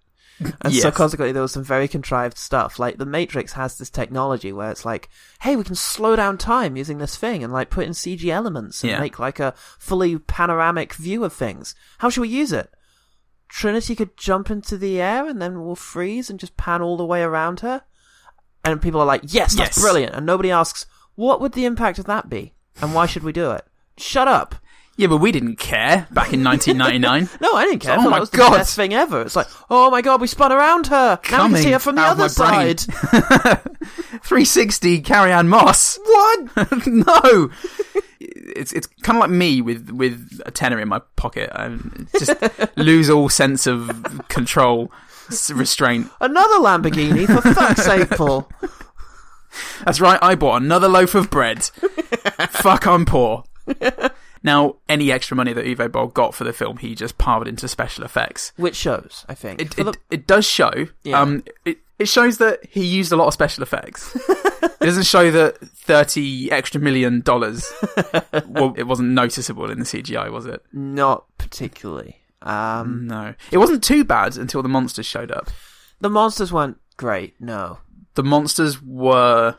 Speaker 2: And so
Speaker 3: Yes.
Speaker 2: consequently there was some very contrived stuff. Like the Matrix has this technology where it's like, hey, we can slow down time using this thing and like put in CG elements and
Speaker 3: Yeah.
Speaker 2: make like a fully panoramic view of things. How should we use it? Trinity could jump into the air and then we'll freeze and just pan all the way around her. And people are like, yes, that's
Speaker 3: Yes.
Speaker 2: brilliant. And nobody asks, what would the impact of that be? And why should we do it? Shut up.
Speaker 3: Yeah, but we didn't care back in 1999.
Speaker 2: No, I didn't care. I
Speaker 3: Oh
Speaker 2: thought
Speaker 3: my
Speaker 2: that was
Speaker 3: God.
Speaker 2: the best thing ever. It's like, oh my God, we spun around her. now we
Speaker 3: Coming
Speaker 2: can see her from the
Speaker 3: out of
Speaker 2: other
Speaker 3: my brain.
Speaker 2: side.
Speaker 3: 360 Carrie Ann Moss. What? no. It's it's kind of like me with with a tenner in my pocket. I just lose all sense of control, s- restraint.
Speaker 2: Another Lamborghini, for fuck's sake, Paul.
Speaker 3: That's right, I bought another loaf of bread. Fuck, I'm poor. Now, any extra money that Uwe Boll got for the film, he just piled into special effects.
Speaker 2: Which shows, I think.
Speaker 3: It
Speaker 2: For
Speaker 3: it,
Speaker 2: the-
Speaker 3: it does show.
Speaker 2: Yeah.
Speaker 3: Um, it, it shows that he used a lot of special effects. it doesn't show that thirty extra million dollars. well, it wasn't noticeable in the CGI, was it?
Speaker 2: not particularly. Um,
Speaker 3: No, it wasn't too bad until the monsters showed up.
Speaker 2: the monsters weren't great. No,
Speaker 3: the monsters were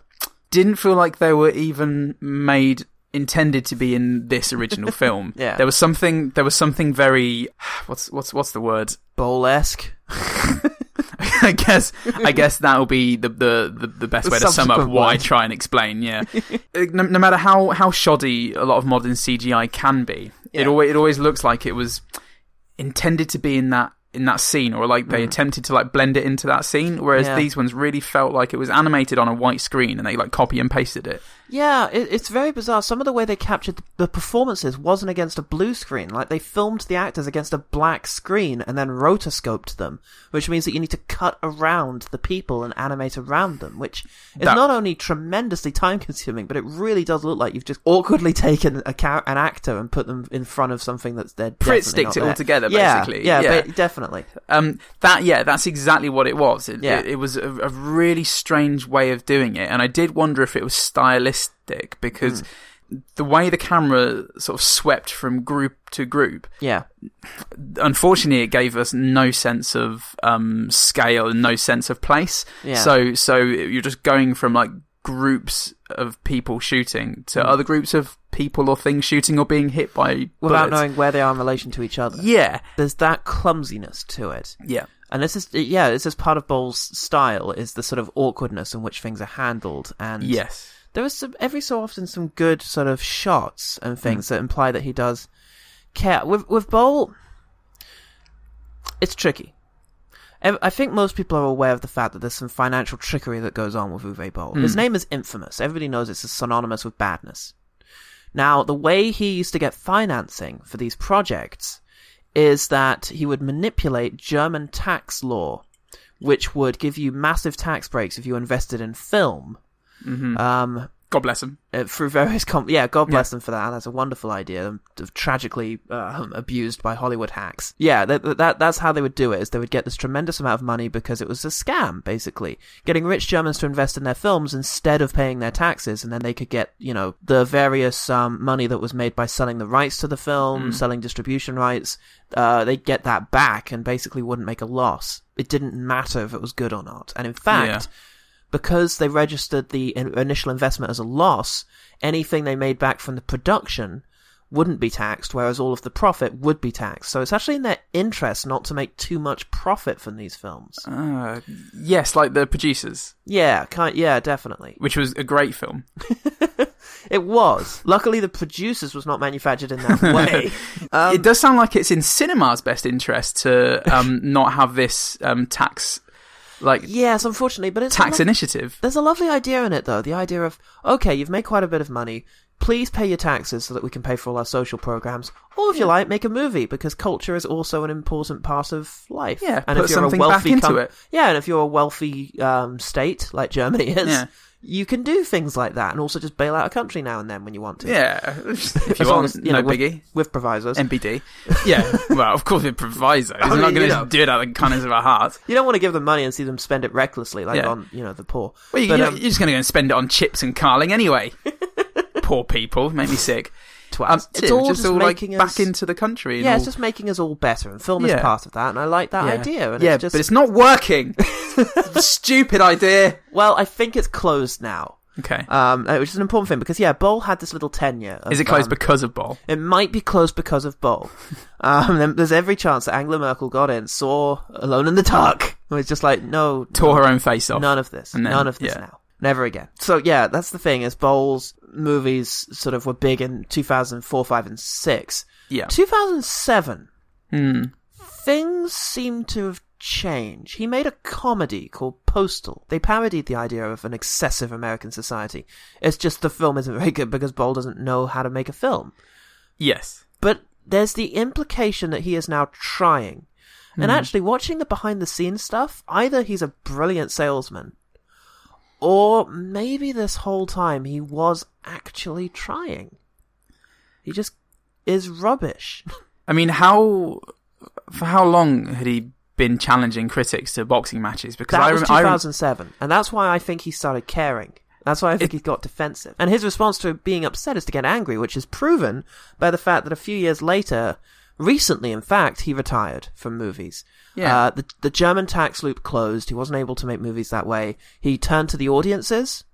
Speaker 3: didn't feel like they were even made intended to be in this original film.
Speaker 2: Yeah.
Speaker 3: There was something there was something very what's what's what's the word?
Speaker 2: bowl esque.
Speaker 3: I guess I guess that'll be the the, the, the best
Speaker 2: The
Speaker 3: way to sum up
Speaker 2: subsequent
Speaker 3: why
Speaker 2: one.
Speaker 3: try and explain, yeah. Uh, no, no matter how, how shoddy a lot of modern CGI can be,
Speaker 2: Yeah.
Speaker 3: it always it always looks like it was intended to be in that in that scene or like they attempted to like blend it into that scene whereas
Speaker 2: Hmm. Yeah.
Speaker 3: these ones really felt like it was animated on a white screen and they like copy and pasted it
Speaker 2: Yeah, it, it's very bizarre. Some of the way they captured the performances wasn't against a blue screen. Like they filmed the actors against a black screen and then rotoscoped them, which means that you need to cut around the people and animate around them, which is
Speaker 3: That-
Speaker 2: not only tremendously time consuming, but it really does look like you've just awkwardly taken a char- an actor and put them in front of something that's they're
Speaker 3: Pretty
Speaker 2: definitely not
Speaker 3: sticks it all
Speaker 2: there.
Speaker 3: together,
Speaker 2: Yeah,
Speaker 3: basically.
Speaker 2: Yeah,
Speaker 3: Yeah.
Speaker 2: ba- definitely.
Speaker 3: um that yeah that's exactly what it was it,
Speaker 2: Yeah.
Speaker 3: it, it was a, a really strange way of doing it and i did wonder if it was stylistic because
Speaker 2: Hmm.
Speaker 3: the way the camera sort of swept from group to group
Speaker 2: Yeah.
Speaker 3: unfortunately, it gave us no sense of um, scale and no sense of place.
Speaker 2: Yeah.
Speaker 3: So, so you're just going from like groups of people shooting
Speaker 2: Hmm.
Speaker 3: to other groups of people or things shooting or being hit by
Speaker 2: Without
Speaker 3: bullets.
Speaker 2: knowing where they are in relation to each other.
Speaker 3: Yeah,
Speaker 2: There's that clumsiness to it.
Speaker 3: yeah.
Speaker 2: And this is yeah, this is part of Bowles' style is the sort of awkwardness in which things are handled and
Speaker 3: Yes.
Speaker 2: there is some every so often some good sort of shots and things that imply that he does care. With with Bowl, it's tricky. Ev- I think most people are aware of the fact that there's some financial trickery that goes on with Uwe Boll. His name is infamous. Everybody knows it's synonymous with badness. Now, the way he used to get financing for these projects is that he would manipulate German tax law, which would give you massive tax breaks if you invested in film. Um,
Speaker 3: God bless him.
Speaker 2: uh, through various com- yeah god bless them for that that's a wonderful idea um, of tragically um, abused by hollywood hacks yeah that, that- that that's how they would do it is they would get this tremendous amount of money because it was a scam basically getting rich germans to invest in their films instead of paying their taxes and then they could get you know the various um, money that was made by selling the rights to the film selling distribution rights uh, they'd get that back and basically wouldn't make a loss it didn't matter if it was good or not and in fact because they registered the in- initial investment as a loss, anything they made back from the production wouldn't be taxed, whereas all of the profit would be taxed. So it's actually in their interest not to make too much profit from these films.
Speaker 3: Uh, yes, like the producers,
Speaker 2: yeah, kind, yeah, definitely.
Speaker 3: which was a great film.
Speaker 2: It was. Luckily, the producers was not manufactured in that way. Um,
Speaker 3: it does sound like it's in cinema's best interest to um, not have this um, tax, like
Speaker 2: yes, unfortunately, but it's
Speaker 3: tax
Speaker 2: not-
Speaker 3: initiative.
Speaker 2: There's a lovely idea in it, though. The idea of, okay, you've made quite a bit of money. Please pay your taxes so that we can pay for all our social programs. Or, if you like, make a movie because culture is also an important part of life.
Speaker 3: Yeah,
Speaker 2: and
Speaker 3: put
Speaker 2: if you're
Speaker 3: something
Speaker 2: a
Speaker 3: back
Speaker 2: wealthy
Speaker 3: into
Speaker 2: com-
Speaker 3: it.
Speaker 2: Yeah, and if you're a wealthy um, state like Germany is,
Speaker 3: Yeah.
Speaker 2: you can do things like that, and also just bail out a country now and then when you want to.
Speaker 3: Yeah, if
Speaker 2: As
Speaker 3: you
Speaker 2: long
Speaker 3: want,
Speaker 2: as,
Speaker 3: no
Speaker 2: with-
Speaker 3: biggie.
Speaker 2: with provisos.
Speaker 3: MBD. Yeah, well, of course, with proviso. We're
Speaker 2: mean,
Speaker 3: not
Speaker 2: you
Speaker 3: going
Speaker 2: know.
Speaker 3: to do it out of the kindness of our hearts.
Speaker 2: you don't want to give them money and see them spend it recklessly, like
Speaker 3: Yeah.
Speaker 2: on you know the poor.
Speaker 3: Well, you,
Speaker 2: But,
Speaker 3: you're,
Speaker 2: um,
Speaker 3: you're just going to go and spend it on chips and carling anyway. Poor people, make me sick.
Speaker 2: twats.
Speaker 3: Um,
Speaker 2: it's
Speaker 3: yeah,
Speaker 2: all
Speaker 3: just
Speaker 2: just
Speaker 3: all like
Speaker 2: making us-
Speaker 3: back into the country. and
Speaker 2: Yeah, it's
Speaker 3: all-
Speaker 2: just making us all better, and film is
Speaker 3: Yeah.
Speaker 2: part of that, and I like that
Speaker 3: yeah.
Speaker 2: idea. And
Speaker 3: yeah,
Speaker 2: it's just,
Speaker 3: but it's not working. Stupid idea.
Speaker 2: well, I think it's closed now,
Speaker 3: Okay,
Speaker 2: um, uh, which is an important thing because yeah, Bowl had this little tenure. Of,
Speaker 3: is it closed
Speaker 2: um,
Speaker 3: because of Bol?
Speaker 2: It might be closed because of Bowl. um, then there's every chance that Angela Merkel got in, saw Alone in the Dark, and was just like, no,
Speaker 3: Tore her own face off.
Speaker 2: None of this.
Speaker 3: And then-
Speaker 2: None of this
Speaker 3: yeah.
Speaker 2: now. Never again. So yeah, that's the thing is Bowles movies sort of were big in 2004, 5 and 6.
Speaker 3: Yeah. Hmm.
Speaker 2: 2007. Things seem to have changed. He made a comedy called Postal. They parodied the idea of an excessive American society. It's just the film isn't very good because Bowl doesn't know how to make a film
Speaker 3: Yes.
Speaker 2: but there's the implication that he is now trying. And actually, watching the behind the scenes stuff, either he's a brilliant salesman Or maybe this whole time he was actually trying. He just is rubbish.
Speaker 3: I mean, how for how long had he been challenging critics to boxing matches? Because
Speaker 2: That
Speaker 3: I,
Speaker 2: was
Speaker 3: rem- I rem-
Speaker 2: 2007, and that's why I think he started caring. That's why I think
Speaker 3: It-
Speaker 2: he got defensive. And his response to being upset is to get angry, which is proven by the fact that a few years later, recently in fact, he retired from movies.
Speaker 3: Yeah.
Speaker 2: Uh, the, the German tax loop closed. He wasn't able to make movies that way. He turned to the audiences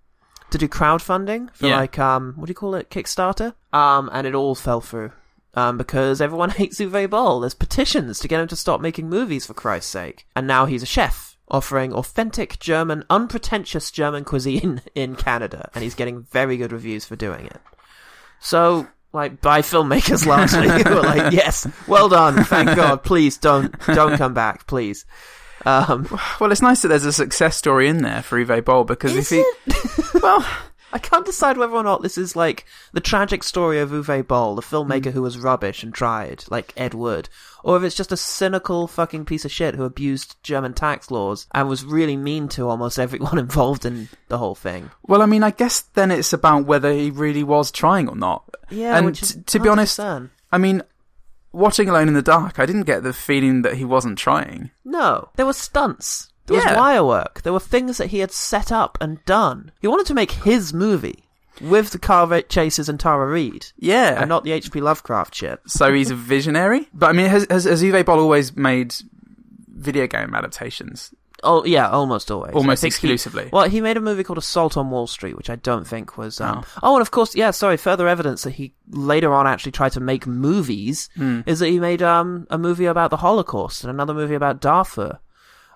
Speaker 2: to do crowdfunding for
Speaker 3: Yeah.
Speaker 2: like, um, what do you call it? Kickstarter? Um, and it all fell through. Um, because everyone hates Uwe Boll. There's petitions to get him to stop making movies, for Christ's sake. And now he's a chef, offering authentic German, unpretentious German cuisine in Canada. And he's getting very good reviews for doing it. So, like, by filmmakers largely, who were like, yes, well done, thank God, please don't, don't come back, please. Um,
Speaker 3: well, it's nice that there's a success story in there for Uwe Boll because if he well,
Speaker 2: I can't decide whether or not this is like the tragic story of Uwe Boll, the filmmaker who was rubbish and tried, like Ed Wood, or if it's just a cynical fucking piece of shit who abused German tax laws and was really mean to almost everyone involved in the whole thing.
Speaker 3: well, I mean, I guess then it's about whether he really was trying or not.
Speaker 2: Yeah,
Speaker 3: and
Speaker 2: which is
Speaker 3: t- to
Speaker 2: hard
Speaker 3: be
Speaker 2: to
Speaker 3: honest,
Speaker 2: discern.
Speaker 3: I mean, watching Alone in the Dark, I didn't get the feeling that he wasn't trying.
Speaker 2: No, there were stunts. There was
Speaker 3: Yeah.
Speaker 2: wire work. There were things that he had set up and done. He wanted to make his movie with the car ra- chases and Tara Reid,
Speaker 3: Yeah,
Speaker 2: and not the H.P. Lovecraft shit.
Speaker 3: so he's a visionary. But I mean, has, has, has Uwe Boll always made video game adaptations?
Speaker 2: Oh yeah, almost always. I
Speaker 3: Almost
Speaker 2: think he-
Speaker 3: exclusively.
Speaker 2: well, he made a movie called Assault on Wall Street, which I don't think was. Um, Oh, and of course, yeah. Sorry, further evidence that he later on actually tried to make movies
Speaker 3: Hmm.
Speaker 2: is that he made um, a movie about the Holocaust and another movie about Darfur.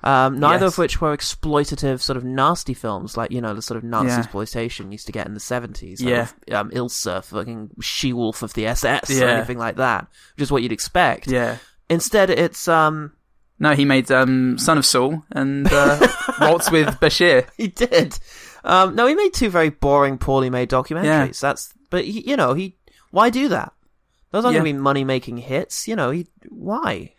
Speaker 2: Um, neither
Speaker 3: Yes.
Speaker 2: of which were exploitative, sort of nasty films, like you know the sort of Nazi
Speaker 3: Yeah.
Speaker 2: exploitation you used to get in the seventies.
Speaker 3: Yeah.
Speaker 2: um, Ilsa, fucking she wolf of the SS, or
Speaker 3: Yeah.
Speaker 2: anything like that, which is what you'd expect.
Speaker 3: Yeah.
Speaker 2: Instead, it's um,
Speaker 3: No, he made um, Son of Saul and uh, Waltz with Bashir.
Speaker 2: he did. Um, no, he made two very boring, poorly made documentaries.
Speaker 3: Yeah.
Speaker 2: That's, but he, you know, he why do that? Those aren't
Speaker 3: Yeah.
Speaker 2: going to be money making hits. You know, he why?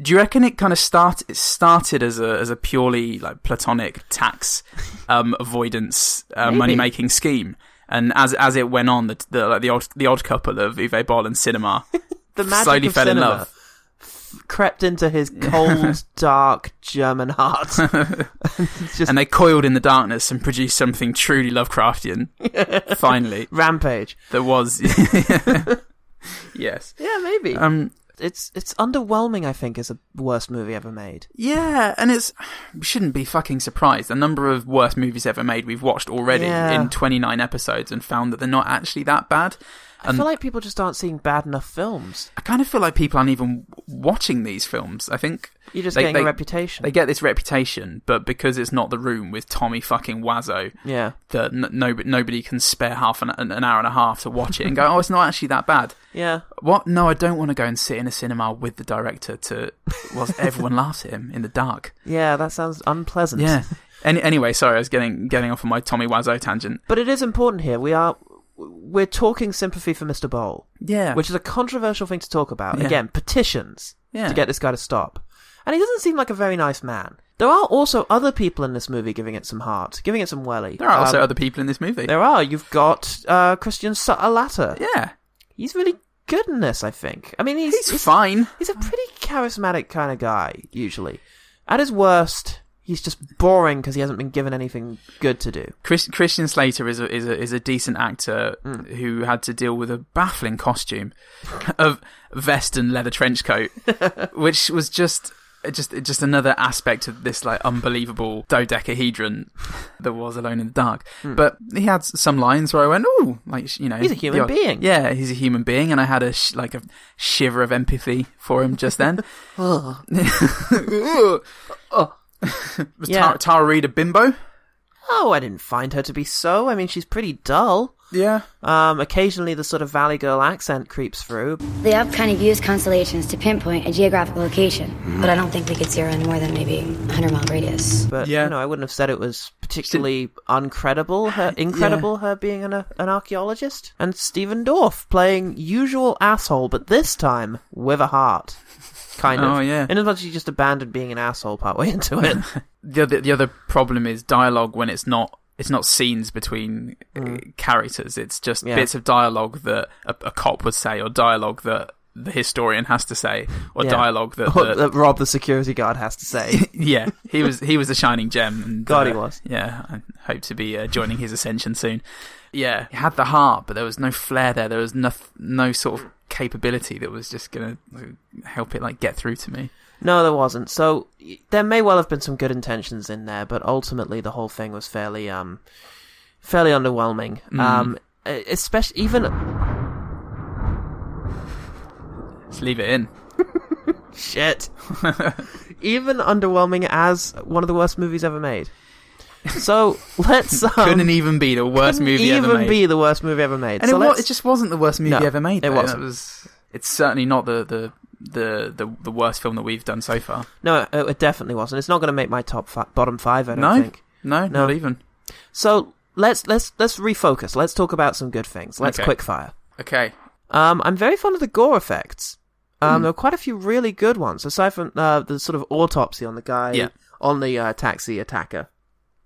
Speaker 3: Do you reckon it kind of start? It started as a as a purely like platonic tax um, avoidance uh,
Speaker 2: Maybe.
Speaker 3: money making scheme, and as as it went on, the the like, the odd the odd couple of Uwe Boll and cinema
Speaker 2: The magic
Speaker 3: slowly
Speaker 2: of
Speaker 3: fell in
Speaker 2: cinema
Speaker 3: love.
Speaker 2: crept into his cold, dark German heart. Just
Speaker 3: and they coiled in the darkness and produced something truly Lovecraftian. Finally,
Speaker 2: rampage.
Speaker 3: that was yes.
Speaker 2: Yeah, maybe.
Speaker 3: Um,
Speaker 2: it's it's underwhelming. I think is the worst movie ever made.
Speaker 3: Yeah, and it's we shouldn't be fucking surprised. The number of worst movies ever made we've watched already
Speaker 2: Yeah.
Speaker 3: in 29 episodes and found that they're not actually that bad.
Speaker 2: I feel like people just aren't seeing bad enough films.
Speaker 3: I kind of feel like people aren't even watching these films. I think
Speaker 2: You're just getting a reputation.
Speaker 3: They get this reputation, but because it's not the room with Tommy fucking Wazzo,
Speaker 2: Yeah,
Speaker 3: that n- no, nobody can spare half an, an hour and a half to watch it and go, oh, it's not actually that bad.
Speaker 2: yeah.
Speaker 3: What? No, I don't want to go and sit in a cinema with the director to whilst everyone laughs at him in the dark.
Speaker 2: Yeah, that sounds unpleasant.
Speaker 3: Yeah. Any, anyway, sorry, I was getting getting off on my Tommy Wiseau tangent.
Speaker 2: But it is important here. We are we're talking sympathy for Mr. Bowl,
Speaker 3: Yeah,
Speaker 2: which is a controversial thing to talk about.
Speaker 3: Yeah.
Speaker 2: Again, petitions
Speaker 3: Yeah.
Speaker 2: to get this guy to stop. And he doesn't seem like a very nice man. There are also other people in this movie giving it some heart, giving it some welly.
Speaker 3: there are also
Speaker 2: Um,
Speaker 3: other people in this movie.
Speaker 2: There are. You've got uh, Christian Salata.
Speaker 3: yeah,
Speaker 2: He's really good in this, I think. I mean, he's
Speaker 3: he's, fine.
Speaker 2: He's a pretty charismatic kind of guy, usually. At his worst, he's just boring because he hasn't been given anything good to do.
Speaker 3: Chris, Christian Slater is a, is a is a decent actor
Speaker 2: Hmm.
Speaker 3: who had to deal with a baffling costume of vest and leather trench coat, which was just it just it just another aspect of this like unbelievable dodecahedron that was Alone in the Dark. But he had s- some lines where I went, "Oh, like sh- you know,
Speaker 2: Hmm. He's a human
Speaker 3: the odd-
Speaker 2: being.
Speaker 3: Yeah, he's a human being, and I had a sh- like a shiver of empathy for him just then. Ugh. was
Speaker 2: Yeah.
Speaker 3: Tara, Tara Reid a bimbo?
Speaker 2: Oh, I didn't find her to be so. I mean, she's pretty dull.
Speaker 3: Yeah.
Speaker 2: Um, occasionally the sort of Valley Girl accent creeps through.
Speaker 7: The app kind of used constellations to pinpoint a geographic location, but I don't think we could zero in more than maybe 100 mile radius.
Speaker 2: But
Speaker 3: Yeah.
Speaker 2: you know, I wouldn't have said it was particularly uncredible. Her incredible, her being an an archaeologist, and Stephen Dorff playing usual asshole, but this time with a heart, kind of.
Speaker 3: Oh, yeah.
Speaker 2: In as much as he just abandoned being an asshole partway into it.
Speaker 3: the other the other problem is dialogue when it's not it's not scenes between uh, characters. It's just
Speaker 2: Hmm. Yeah.
Speaker 3: bits of dialogue that a, a cop would say, or dialogue that the historian has to say, or
Speaker 2: Yeah.
Speaker 3: dialogue that,
Speaker 2: What
Speaker 3: the-
Speaker 2: that Rob the security guard has to say.
Speaker 3: yeah he was he was a shining gem. And,
Speaker 2: God, he
Speaker 3: uh,
Speaker 2: was.
Speaker 3: Yeah, I hope to be uh, joining his ascension soon. Yeah, he had the heart, but there was no flair there. There was no no sort of capability that was just gonna like, help it like get through to me.
Speaker 2: No, there wasn't. So y- there may well have been some good intentions in there, but ultimately the whole thing was fairly, um, fairly underwhelming.
Speaker 3: Mm.
Speaker 2: Um, especially even
Speaker 3: Just leave it in.
Speaker 2: shit, even underwhelming as one of the worst movies ever made. So let's um,
Speaker 3: Couldn't even be the worst
Speaker 2: couldn't
Speaker 3: movie
Speaker 2: even
Speaker 3: ever made.
Speaker 2: be the worst movie ever made.
Speaker 3: and
Speaker 2: so
Speaker 3: it, wa-
Speaker 2: let's-
Speaker 3: it just wasn't the worst movie
Speaker 2: No,
Speaker 3: ever made.
Speaker 2: it
Speaker 3: though.
Speaker 2: wasn't.
Speaker 3: That was. It's certainly not the the. The, the the worst film that we've done so far.
Speaker 2: no, it, it definitely wasn't. It's not going to make my top fi- bottom five. I don't
Speaker 3: No,
Speaker 2: think.
Speaker 3: no,
Speaker 2: No.
Speaker 3: not even.
Speaker 2: So let's let's let's refocus. Let's talk about some good things. Let's
Speaker 3: Okay.
Speaker 2: quick fire.
Speaker 3: Okay,
Speaker 2: Um, I'm very fond of the gore effects. Um, There were quite a few really good ones, aside from uh, the sort of autopsy on the guy
Speaker 3: Yeah.
Speaker 2: on the uh, taxi attacker,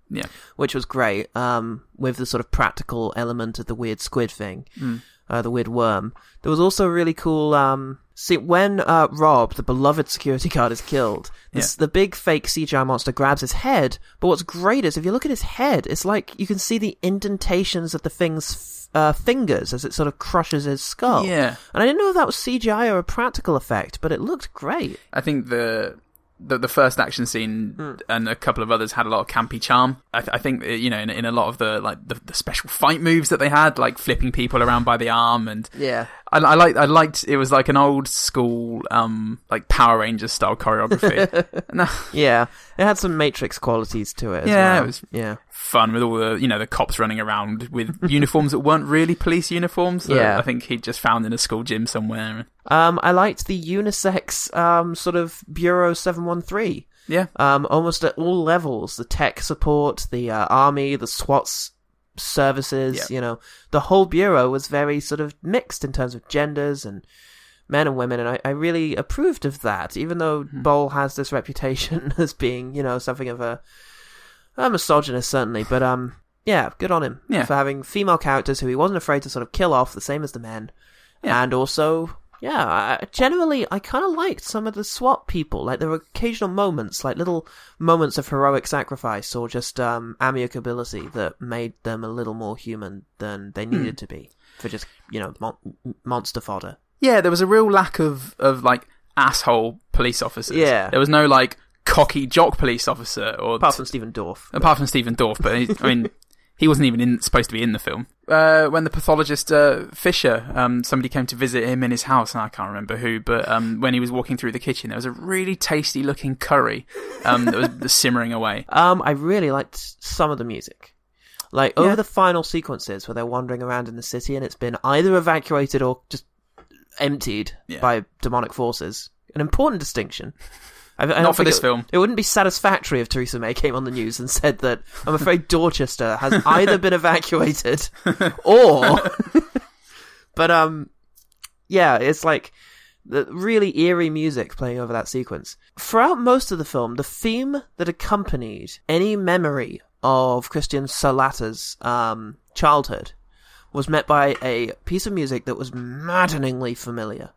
Speaker 3: yeah,
Speaker 2: which was great. Um, with the sort of practical element of the weird squid thing,
Speaker 3: Hmm.
Speaker 2: uh, the weird worm. There was also a really cool. Um, see, when uh, Rob, the beloved security guard, is killed, this, the big fake CGI monster grabs his head. But what's great is if you look at his head, it's like you can see the indentations of the thing's uh, fingers as it sort of crushes his skull.
Speaker 3: Yeah.
Speaker 2: And I didn't know if that was CGI or a practical effect, but it looked great.
Speaker 3: I think the the, the first action scene and a couple of others had a lot of campy charm. I, th- I think uh, you know in, in a lot of the like the, the special fight moves that they had, like flipping people around by the arm and
Speaker 2: Yeah.
Speaker 3: I, I liked I liked it was like an old school um like Power Rangers style choreography. no,
Speaker 2: Yeah. It had some Matrix qualities to it. as
Speaker 3: Yeah,
Speaker 2: well.
Speaker 3: it was-
Speaker 2: Yeah.
Speaker 3: fun with all the you know the cops running around with uniforms that weren't really police uniforms. That
Speaker 2: Yeah.
Speaker 3: I think he just found in a school gym somewhere.
Speaker 2: Um, I liked the unisex um, sort of Bureau 713.
Speaker 3: Yeah,
Speaker 2: um, almost at all levels the tech support, the uh, army, the SWAT s- services,
Speaker 3: Yeah.
Speaker 2: you know, the whole bureau was very sort of mixed in terms of genders and men and women. And I, I really approved of that, even though Bowl has this reputation as being, you know, something of a, a misogynist, certainly. But um, yeah, good on him
Speaker 3: Yeah.
Speaker 2: for having female characters who he wasn't afraid to sort of kill off, the same as the men.
Speaker 3: Yeah.
Speaker 2: And also, yeah, I, generally, I kind of liked some of the SWAT people. Like, there were occasional moments, like little moments of heroic sacrifice or just um, amicability that made them a little more human than
Speaker 3: Hmm.
Speaker 2: they needed to be for just, you know, mon- monster fodder.
Speaker 3: yeah, there was a real lack of of like asshole police officers.
Speaker 2: Yeah.
Speaker 3: there was no like cocky jock police officer or
Speaker 2: Apart from Stephen Dorff.
Speaker 3: apart from Stephen Dorff, but he, I mean. He wasn't even in, supposed to be in the film. Uh, when the pathologist uh, Fisher, um, somebody came to visit him in his house, and I can't remember who, but um, when he was walking through the kitchen, there was a really tasty-looking curry um, that was simmering away.
Speaker 2: Um, I really liked some of the music. Like over
Speaker 3: Yeah.
Speaker 2: the final sequences where they're wandering around in the city and it's been either evacuated or just emptied
Speaker 3: Yeah.
Speaker 2: by demonic forces. An important distinction. I, I
Speaker 3: Not
Speaker 2: don't
Speaker 3: for
Speaker 2: think
Speaker 3: this
Speaker 2: it,
Speaker 3: film.
Speaker 2: It wouldn't be satisfactory if Theresa May came on the news and said that I'm afraid Dorchester has either been evacuated or. but um, yeah, it's like the really eerie music playing over that sequence. Throughout most of the film, the theme that accompanied any memory of Christian Solata's um, childhood was met by a piece of music that was maddeningly familiar.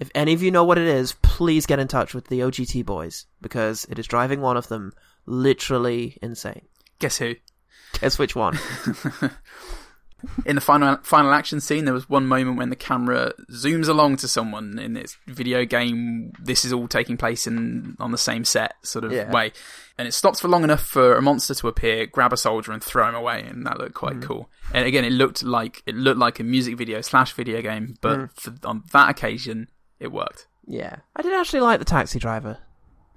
Speaker 2: If any of you know what it is, please get in touch with the OGT boys because it is driving one of them literally insane.
Speaker 3: Guess who?
Speaker 2: Guess which one?
Speaker 3: in the final final action scene, there was one moment when the camera zooms along to someone in this video game. This is all taking place in on the same set sort of
Speaker 2: Yeah.
Speaker 3: way, and it stops for long enough for a monster to appear, grab a soldier, and throw him away, and that looked quite cool. And again, it looked like it looked like a music video slash video game, but for, on that occasion, it worked.
Speaker 2: yeah, I did actually like the taxi driver.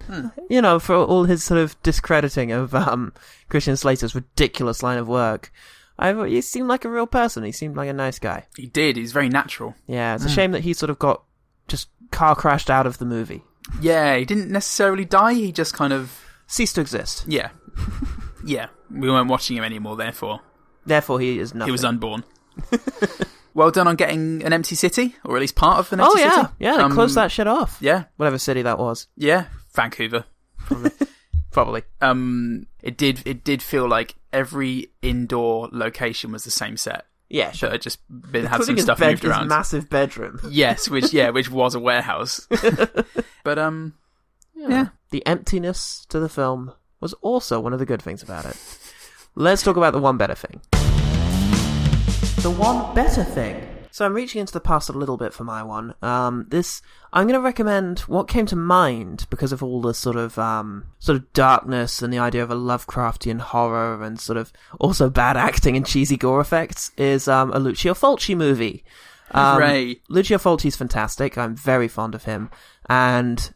Speaker 3: Hmm.
Speaker 2: You know, for all his sort of discrediting of um, Christian Slater's ridiculous line of work, I, he seemed like a real person. He seemed like a nice guy.
Speaker 3: He did. He's very natural.
Speaker 2: Yeah,
Speaker 3: Hmm.
Speaker 2: it's a shame that he sort of got just car crashed out of the movie,
Speaker 3: Yeah, he didn't necessarily die. He just kind of
Speaker 2: ceased to exist.
Speaker 3: yeah, yeah. We weren't watching him anymore. Therefore,
Speaker 2: Therefore, he is nothing.
Speaker 3: He was unborn. well done on getting an empty city, or at least part of an empty
Speaker 2: oh yeah,
Speaker 3: city.
Speaker 2: yeah. They
Speaker 3: Um,
Speaker 2: closed that shit off.
Speaker 3: Yeah,
Speaker 2: Whatever city that was,
Speaker 3: yeah. Vancouver.
Speaker 2: probably.
Speaker 3: Um, it did. It did feel like every indoor location was the same set.
Speaker 2: Yeah,
Speaker 3: Should
Speaker 2: sure.
Speaker 3: have just been had
Speaker 2: Including
Speaker 3: some
Speaker 2: his,
Speaker 3: stuff
Speaker 2: bed-
Speaker 3: moved
Speaker 2: his
Speaker 3: around.
Speaker 2: massive bedroom.
Speaker 3: yes, which yeah, which was a warehouse. but um, yeah.
Speaker 2: The emptiness to the film was also one of the good things about it. Let's talk about the one better thing. The one better thing. So I'm reaching into the past a little bit for my one. Um, this I'm going to recommend what came to mind because of all the sort of um, sort of darkness and the idea of a Lovecraftian horror and sort of also bad acting and cheesy gore effects is um, a Lucio Fulci movie. Um,
Speaker 3: Hooray.
Speaker 2: Lucio Fulci's fantastic. I'm very fond of him, and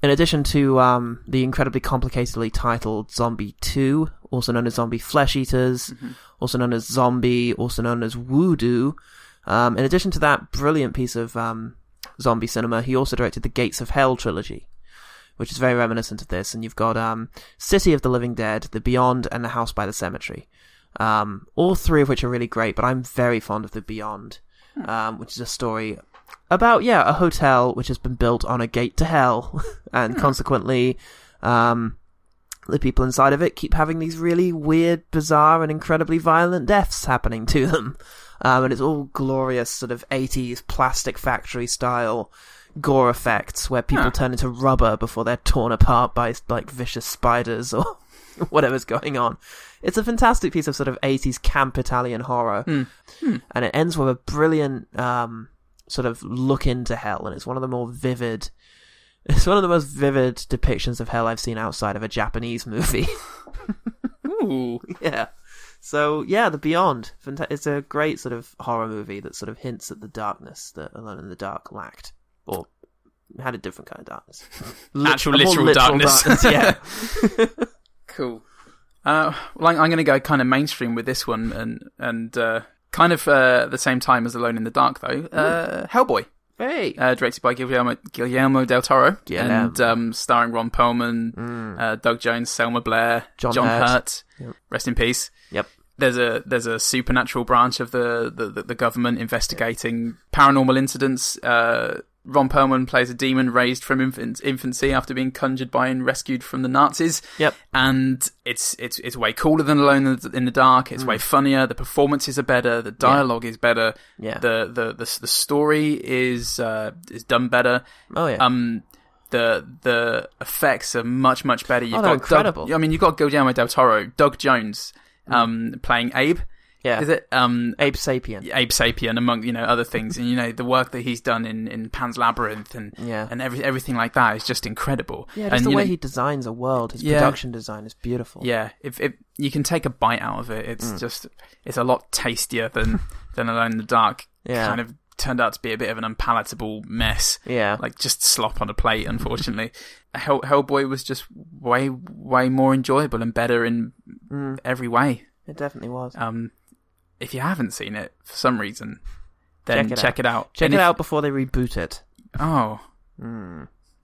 Speaker 2: in addition to um, the incredibly complicatedly titled Zombie 2, also known as Zombie Flesh Eaters, also known as Zombie, also known as Voodoo, um, in addition to that brilliant piece of um, zombie cinema, he also directed the Gates of Hell trilogy, which is very reminiscent of this. And you've got um, City of the Living Dead, The Beyond, and The House by the Cemetery. Um, all three of which are really great, but I'm very fond of The Beyond, um, which is a story about yeah a hotel which has been built on a gate to hell and consequently um the people inside of it keep having these really weird bizarre and incredibly violent deaths happening to them um and it's all glorious sort of 80s plastic factory style gore effects where people turn into rubber before they're torn apart by like vicious spiders or whatever's going on it's a fantastic piece of sort of 80s camp italian horror and it ends with a brilliant um, sort of look into hell, and it's one of the more vivid. It's one of the most vivid depictions of hell I've seen outside of a Japanese movie.
Speaker 3: Ooh.
Speaker 2: yeah. So yeah, The Beyond. Fanta- it's a great sort of horror movie that sort of hints at the darkness that Alone in the Dark lacked, or had a different kind of darkness. Lit-
Speaker 3: Actual
Speaker 2: a more
Speaker 3: literal darkness.
Speaker 2: yeah.
Speaker 3: Cool. Uh, well, I'm, I'm going to go kind of mainstream with this one, and and uh, kind of uh, at the same time as Alone in the Dark, though. Uh, Hellboy,
Speaker 2: Hey.
Speaker 3: uh, directed by Guillermo, Guillermo del Toro,
Speaker 2: Guillermo.
Speaker 3: and um, starring Ron Perlman, uh, Doug Jones, Selma Blair,
Speaker 2: Mm. John Hurt.
Speaker 3: Hurt. Rest in peace.
Speaker 2: yep.
Speaker 3: There's a there's a supernatural branch of the the, the, the government investigating paranormal incidents. Uh, Ron Perlman plays a demon raised from infant, infancy after being conjured by and rescued from the Nazis
Speaker 2: Yep.
Speaker 3: and it's it's it's way cooler than Alone in the- in the Dark. It's way
Speaker 2: Mm.
Speaker 3: funnier. The performances are better. The dialogue is better.
Speaker 2: Yeah.
Speaker 3: The the the, the story is uh, is done better.
Speaker 2: Oh yeah.
Speaker 3: Um. The the effects are much much better. You've
Speaker 2: Oh, they're
Speaker 3: got
Speaker 2: incredible. Mm.
Speaker 3: Doug, I mean, you've got Guillermo del Toro, Doug Jones, um, playing Abe.
Speaker 2: yeah.
Speaker 3: Is it um
Speaker 2: Abe Sapien?
Speaker 3: Abe Sapien, among you know other things, and you know the work that he's done in, in Pan's Labyrinth and
Speaker 2: Yeah.
Speaker 3: and every, everything like that is just incredible.
Speaker 2: Yeah,
Speaker 3: and,
Speaker 2: just the
Speaker 3: you
Speaker 2: way
Speaker 3: know,
Speaker 2: he designs a world, his
Speaker 3: Yeah.
Speaker 2: production design is beautiful.
Speaker 3: yeah, if, if you can take a bite out of it, it's
Speaker 2: Mm.
Speaker 3: just it's a lot tastier than than Alone in the Dark.
Speaker 2: Yeah.
Speaker 3: Kind of turned out to be a bit of an unpalatable mess.
Speaker 2: Yeah.
Speaker 3: like just slop on a plate. Unfortunately, Hell, Hellboy was just way way more enjoyable and better in
Speaker 2: Mm.
Speaker 3: every way.
Speaker 2: It definitely was.
Speaker 3: Um, if you haven't seen it for some reason, then
Speaker 2: Check it
Speaker 3: check it out.
Speaker 2: out. Check
Speaker 3: And
Speaker 2: it
Speaker 3: if-
Speaker 2: out before they reboot it.
Speaker 3: Oh.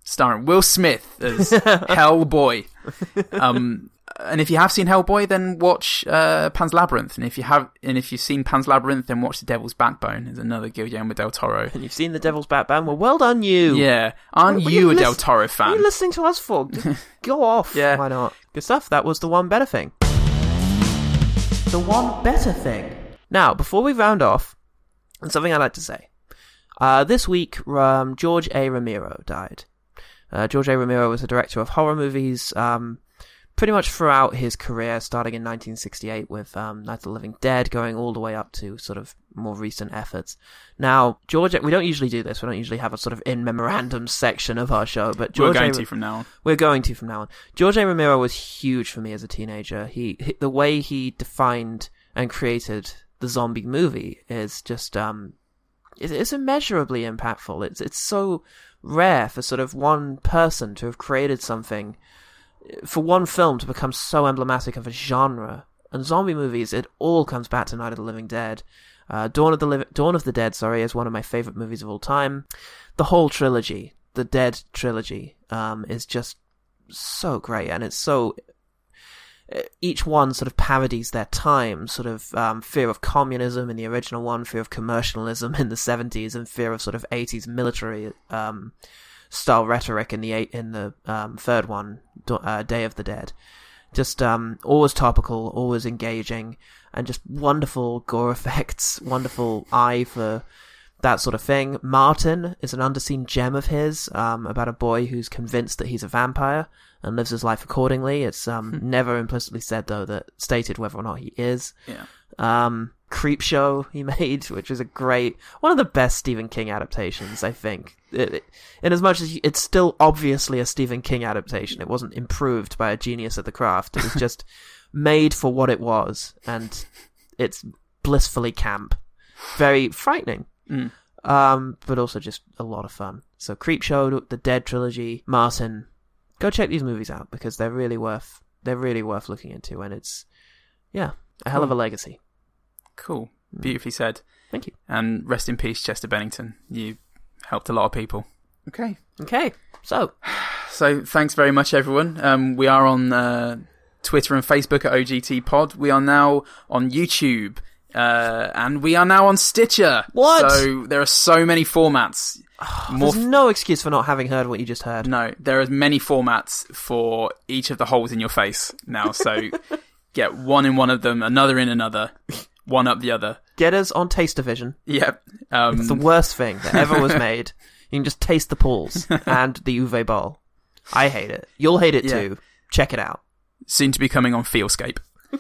Speaker 3: Starring Will Smith as Hellboy. Um, and if you have seen Hellboy, then watch uh, Pan's Labyrinth. And if you have, and if you've seen Pan's Labyrinth, then watch The Devil's Backbone. Is another Guillermo del Toro.
Speaker 2: And you've seen the Devil's Batman. Well, well done, you.
Speaker 3: Yeah, aren't
Speaker 2: What- what
Speaker 3: you a
Speaker 2: lis-
Speaker 3: del Toro fan?
Speaker 2: What are you listening to us for? Just Go off.
Speaker 3: Yeah.
Speaker 2: Why not? Good stuff. That was the one better thing. The one better thing. Now, before we round off, and something I'd like to say. Uh, this week, um, George A. Romero died. Uh, George A. Romero was a director of horror movies um, pretty much throughout his career, starting in 1968 with um, Night of the Living Dead, going all the way up to sort of more recent efforts. Now, George, we don't usually do this. We don't usually have a sort of in memorandum section of our show, but George
Speaker 3: We're going
Speaker 2: A.
Speaker 3: to from now on.
Speaker 2: We're going to from now on. George A. Romero was huge for me as a teenager. He, he the way he defined and created the zombie movie is just um, it, it's immeasurably impactful. It's it's so rare for sort of one person to have created something uh, for one film to become so emblematic of a genre. And zombie movies, it all comes back to Night of the Living Dead. Uh, Dawn of the Liv- Dawn of the Dead, sorry, is one of my favorite movies of all time. The whole trilogy, the Dead trilogy, um, is just so great, and it's so each one sort of parodies their time, sort of um, fear of communism in the original one, fear of commercialism in the 70s, and fear of sort of 80s military um, style rhetoric in the eight, in the um, third one, Do- uh, Day of the Dead. Just um, always topical, always engaging, and just wonderful gore effects, wonderful eye for that sort of thing. Martin is an underseen gem of his um, about a boy who's convinced that he's a vampire and lives his life accordingly. It's um, never implicitly said though that stated whether or not he is.
Speaker 3: Yeah.
Speaker 2: Um, Creep Show he made, which is a great one of the best Stephen King adaptations, I think. It, it- in as much as it's still obviously a Stephen King adaptation, it wasn't improved by a genius at the craft. It was just made for what it was, and it's blissfully camp, very frightening um, but also just a lot of fun. So Creepshow, the Dead trilogy, Martin, go check these movies out because they're really worth they're really worth looking into, and it's yeah a hell of a legacy.
Speaker 3: Cool. Beautifully said.
Speaker 2: Thank you.
Speaker 3: And rest in peace, Chester Bennington. You helped a lot of people. Okay.
Speaker 2: Okay, so
Speaker 3: So thanks very much, everyone. Um, we are on uh, Twitter and Facebook at OGT Pod. We are now on YouTube. Uh, and we are now on Stitcher.
Speaker 2: What?
Speaker 3: So there are so many formats. More
Speaker 2: there's no excuse for not having heard what you just heard.
Speaker 3: No, there are many formats for each of the holes in your face now. So get one in one of them, another in another, one up the other.
Speaker 2: Get us on Taste Division.
Speaker 3: Yep.
Speaker 2: It's the
Speaker 3: Um,
Speaker 2: worst thing that ever was made. You can just taste the pools and the Uwe Bowl. I hate it. You'll hate it
Speaker 3: Yeah.
Speaker 2: too. Check it out.
Speaker 3: soon to be coming on Feelscape.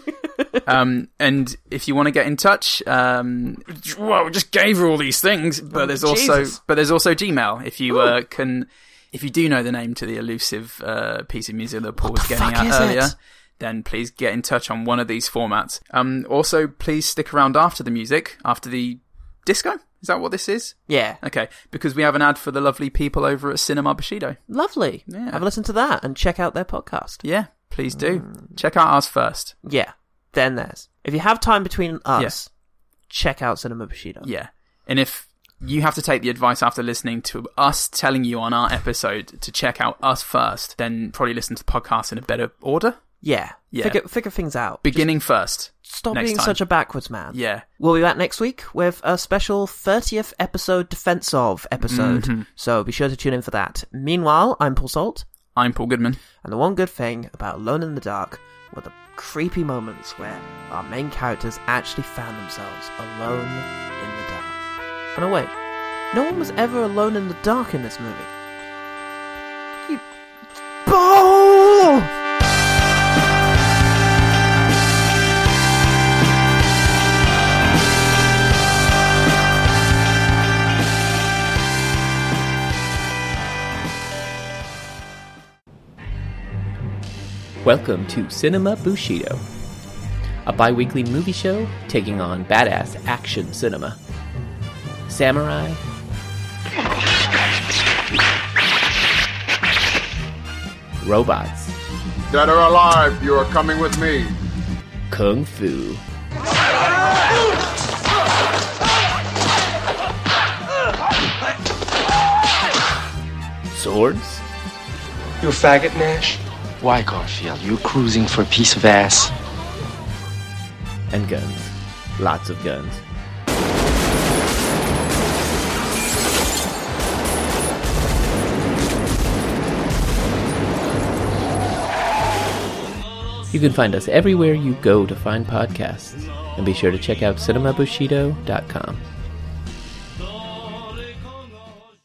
Speaker 3: um, and if you want to get in touch, um, well, we just gave her all these things, but there's also
Speaker 2: Oh, Jesus.
Speaker 3: but there's also Gmail. If you uh, can, if you do know the name to the elusive uh, piece of music that Paul was getting
Speaker 2: fuck
Speaker 3: at
Speaker 2: is
Speaker 3: earlier.
Speaker 2: it?
Speaker 3: Then please get in touch on one of these formats. Um, also, please stick around after the music, after the disco. Is that what this is?
Speaker 2: Yeah,
Speaker 3: Okay, because we have an ad for the lovely people over at Cinema Bushido.
Speaker 2: lovely.
Speaker 3: Yeah.
Speaker 2: Have a listen to that and check out their podcast.
Speaker 3: Yeah, please do.
Speaker 2: Mm.
Speaker 3: Check out ours first.
Speaker 2: Yeah. Then there's. If you have time between us, check out Cinema Bushido.
Speaker 3: Yeah. And if you have to take the advice after listening to us telling you on our episode to check out us first, then probably listen to the podcast in a better order.
Speaker 2: Yeah.
Speaker 3: Yeah.
Speaker 2: Figure, figure things out.
Speaker 3: Beginning first.
Speaker 2: Stop
Speaker 3: next
Speaker 2: being
Speaker 3: time.
Speaker 2: such a backwards man.
Speaker 3: Yeah.
Speaker 2: We'll be back next week with a special 30th episode defense of episode.
Speaker 3: Mm-hmm.
Speaker 2: So be sure to tune in for that. Meanwhile, I'm Paul Salt,
Speaker 3: I'm Paul Goodman.
Speaker 2: and the one good thing about Alone in the Dark were the creepy moments where our main characters actually found themselves alone in the dark. And oh wait, no one was ever alone in the dark in this movie. You ball!
Speaker 8: Welcome to Cinema Bushido, a bi weekly movie show taking on badass action cinema. Samurai, robots,
Speaker 9: Dead or alive, you are coming with me.
Speaker 8: kung fu, swords,
Speaker 5: You a faggot, Nash? Why, Garfield? You cruising for a piece of ass?
Speaker 8: and guns. Lots of guns. You can find us everywhere you go to find podcasts. And be sure to check out cinemabushido.com.